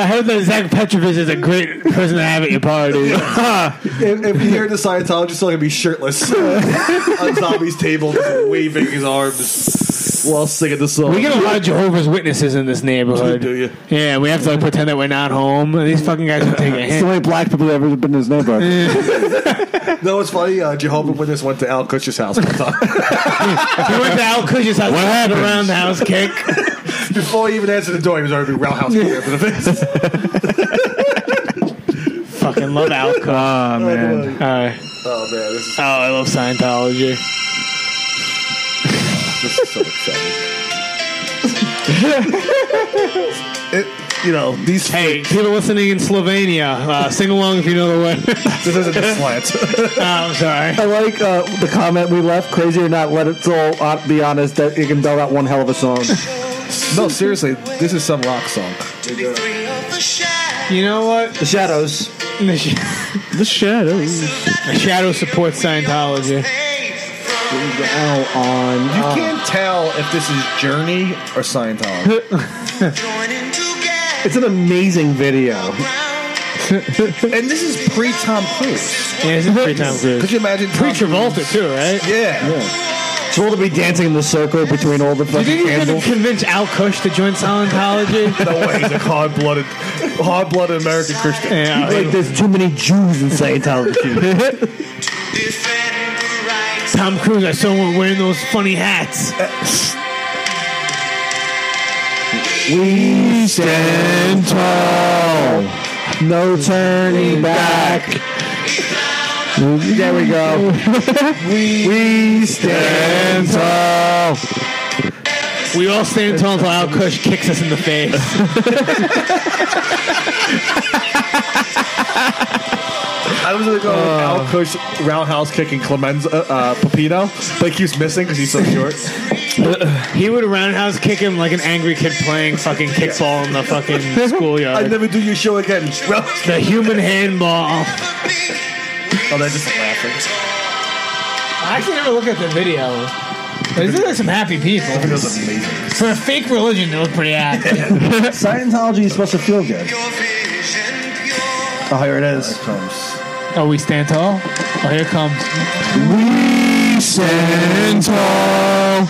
[SPEAKER 2] I heard that Zach Petrovich is a great person to have at your party.
[SPEAKER 4] If, if you hear the Scientologist, he's going to be shirtless on Zombie's table, just waving his arms while singing the song.
[SPEAKER 2] we get a lot of Jehovah's Witnesses in this neighborhood.
[SPEAKER 4] Do you?
[SPEAKER 2] Yeah, we have to like pretend that we're not home. These fucking guys will take a
[SPEAKER 3] It's the
[SPEAKER 2] hit.
[SPEAKER 3] only black people that ever been in his neighborhood.
[SPEAKER 4] No, it's funny. Uh, Jehovah Witness went to Al Kutcher's house one time.
[SPEAKER 2] We went to Al Cush's house. What happened around the house cake?
[SPEAKER 4] Before he even answered the door, he was already roundhouse kick for the face.
[SPEAKER 2] fucking love Al Cush.
[SPEAKER 1] Ah, man.
[SPEAKER 2] Uh,
[SPEAKER 4] Oh man, this is,
[SPEAKER 2] oh, I love Scientology.
[SPEAKER 4] this is so exciting. it, you know, these
[SPEAKER 2] Hey, people listening in Slovenia, uh, sing along if you know the way.
[SPEAKER 4] this isn't the slant.
[SPEAKER 2] oh, I'm sorry.
[SPEAKER 5] I like uh, the comment we left. Crazy or not, let it all uh, be honest. That you can belt out one hell of a song.
[SPEAKER 4] no, seriously, this is some rock song.
[SPEAKER 2] You know what?
[SPEAKER 5] the Shadows.
[SPEAKER 2] The, sh-
[SPEAKER 1] The shadows.
[SPEAKER 2] the shadow supports Scientology.
[SPEAKER 5] Now on.
[SPEAKER 4] You can't tell if this is Journey or Scientology.
[SPEAKER 5] It's an amazing video.
[SPEAKER 4] and this is pre Tom Cruise.
[SPEAKER 2] Yeah, this is pretty time
[SPEAKER 4] Could
[SPEAKER 2] good.
[SPEAKER 4] you imagine
[SPEAKER 2] Pre
[SPEAKER 4] Tom
[SPEAKER 2] Travolta too, right?
[SPEAKER 4] Cruise? Yeah.
[SPEAKER 5] It's all to be dancing in the circle between all the
[SPEAKER 2] You
[SPEAKER 5] fucking
[SPEAKER 2] think you're gonna
[SPEAKER 5] candles.
[SPEAKER 2] convince Al Kush to join Scientology?
[SPEAKER 4] No way. He's a hard blooded, hard blooded American Christian.
[SPEAKER 2] yeah,
[SPEAKER 5] Like there's too many Jews in Scientology.
[SPEAKER 2] Tom Cruise, I saw him wearing those funny hats.
[SPEAKER 5] we stand tall, no turning back. There we go. we, we stand tall.
[SPEAKER 2] We all stand tall until Al Kush kicks us in the face.
[SPEAKER 4] I was gonna go with Al Kush roundhouse kicking Clemenza uh, Pepino, but he keeps missing because he's so short.
[SPEAKER 2] He would roundhouse kick him like an angry kid playing fucking kickball in the fucking schoolyard.
[SPEAKER 4] I never do your show again. Roundhouse-
[SPEAKER 2] the human handball.
[SPEAKER 4] oh, they're just laughing.
[SPEAKER 2] I actually never look at the video. But these look like some happy people.
[SPEAKER 4] It was amazing.
[SPEAKER 2] For a fake religion, they look pretty happy.
[SPEAKER 5] Scientology is supposed to feel good. Oh, here it is.
[SPEAKER 2] oh, we stand tall? Oh, here it comes.
[SPEAKER 5] We stand tall.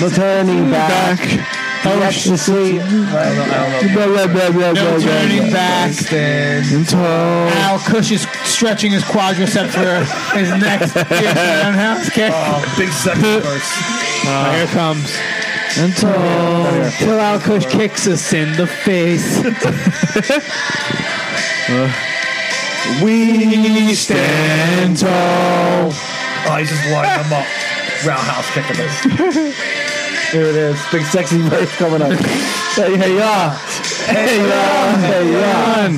[SPEAKER 5] No turning back. Ecstasy. Blah, blah, blah, blah,
[SPEAKER 2] No
[SPEAKER 5] blah, blah,
[SPEAKER 2] turning
[SPEAKER 5] blah.
[SPEAKER 2] back.
[SPEAKER 5] Stand tall.
[SPEAKER 2] Al Kush is stretching his quadricep for his next roundhouse kick.
[SPEAKER 5] Uh,
[SPEAKER 4] Oh, big sex verse.
[SPEAKER 2] Oh, here it comes.
[SPEAKER 5] And tall.
[SPEAKER 2] Till Al Kush kicks us in the face.
[SPEAKER 5] We stand tall.
[SPEAKER 4] Oh, he's just lining them up. Roundhouse kicking this.
[SPEAKER 5] Here it is. Big sexy verse coming up. hey, hey, yeah. Hey,
[SPEAKER 4] uh,
[SPEAKER 5] yeah. Hey, yeah.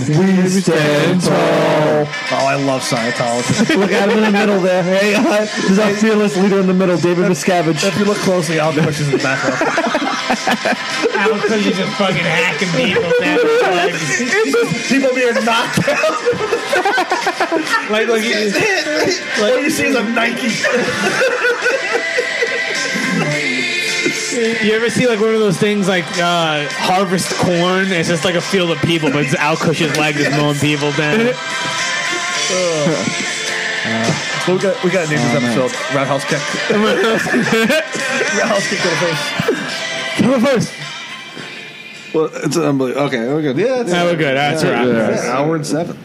[SPEAKER 5] We stand tall.
[SPEAKER 4] Oh, I love Scientology.
[SPEAKER 5] Look at him in the middle there. Hey, uh, there's our fearless leader in the middle, David Miscavige.
[SPEAKER 4] if you look closely, Al Kush is in the background.
[SPEAKER 2] Al Kush is just fucking hacking people down with legs.
[SPEAKER 4] People being knocked out.
[SPEAKER 2] Like, like, he-
[SPEAKER 4] All you see is a Nike.
[SPEAKER 2] You ever see like one of those things like uh, harvest corn? It's just like a field of people, but it's Al Cush's leg is mowing people down.
[SPEAKER 4] We got we
[SPEAKER 3] Oh,
[SPEAKER 4] got to name this episode Roundhouse Kick. Roundhouse Kick to the face.
[SPEAKER 3] well, it's unbelievable. Okay, we're good.
[SPEAKER 4] Yeah, it's
[SPEAKER 2] That look good. That's right.
[SPEAKER 4] an hour and seven.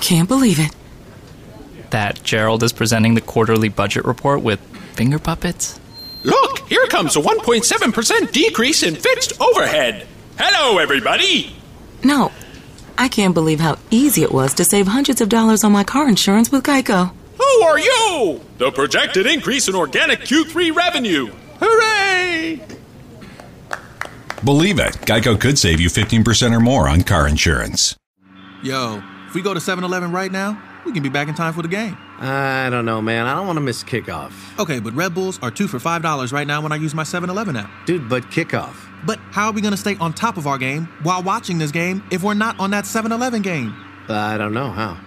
[SPEAKER 6] can't believe it.
[SPEAKER 9] that Gerald is presenting the quarterly budget report with finger puppets?
[SPEAKER 10] Look, here comes a 1.7% decrease in fixed overhead. Hello, everybody.
[SPEAKER 6] No, I can't believe how easy it was to save hundreds of dollars on my car insurance with Geico.
[SPEAKER 10] Who are you? The projected increase in organic Q3 revenue. Hooray!
[SPEAKER 5] Believe it, Geico could save you 15% or more on car insurance.
[SPEAKER 4] Yo, if we go to 7 Eleven right now, we can be back in time for the game.
[SPEAKER 2] I don't know, man. I don't want to miss kickoff.
[SPEAKER 4] Okay, but Red Bulls are two for $5 right now when I use my 7 Eleven app.
[SPEAKER 2] Dude, but kickoff.
[SPEAKER 4] But how are we going to stay on top of our game while watching this game if we're not on that 7 Eleven game?
[SPEAKER 2] I don't know how.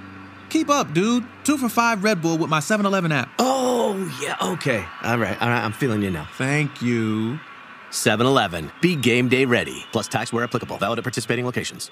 [SPEAKER 4] Keep up, dude. Two for five Red Bull with my 7 Eleven app.
[SPEAKER 2] Oh, yeah, okay. All right, all right. I'm feeling you now.
[SPEAKER 4] Thank you.
[SPEAKER 2] 7 Eleven. Be game day ready. Plus tax where applicable. Valid at participating locations.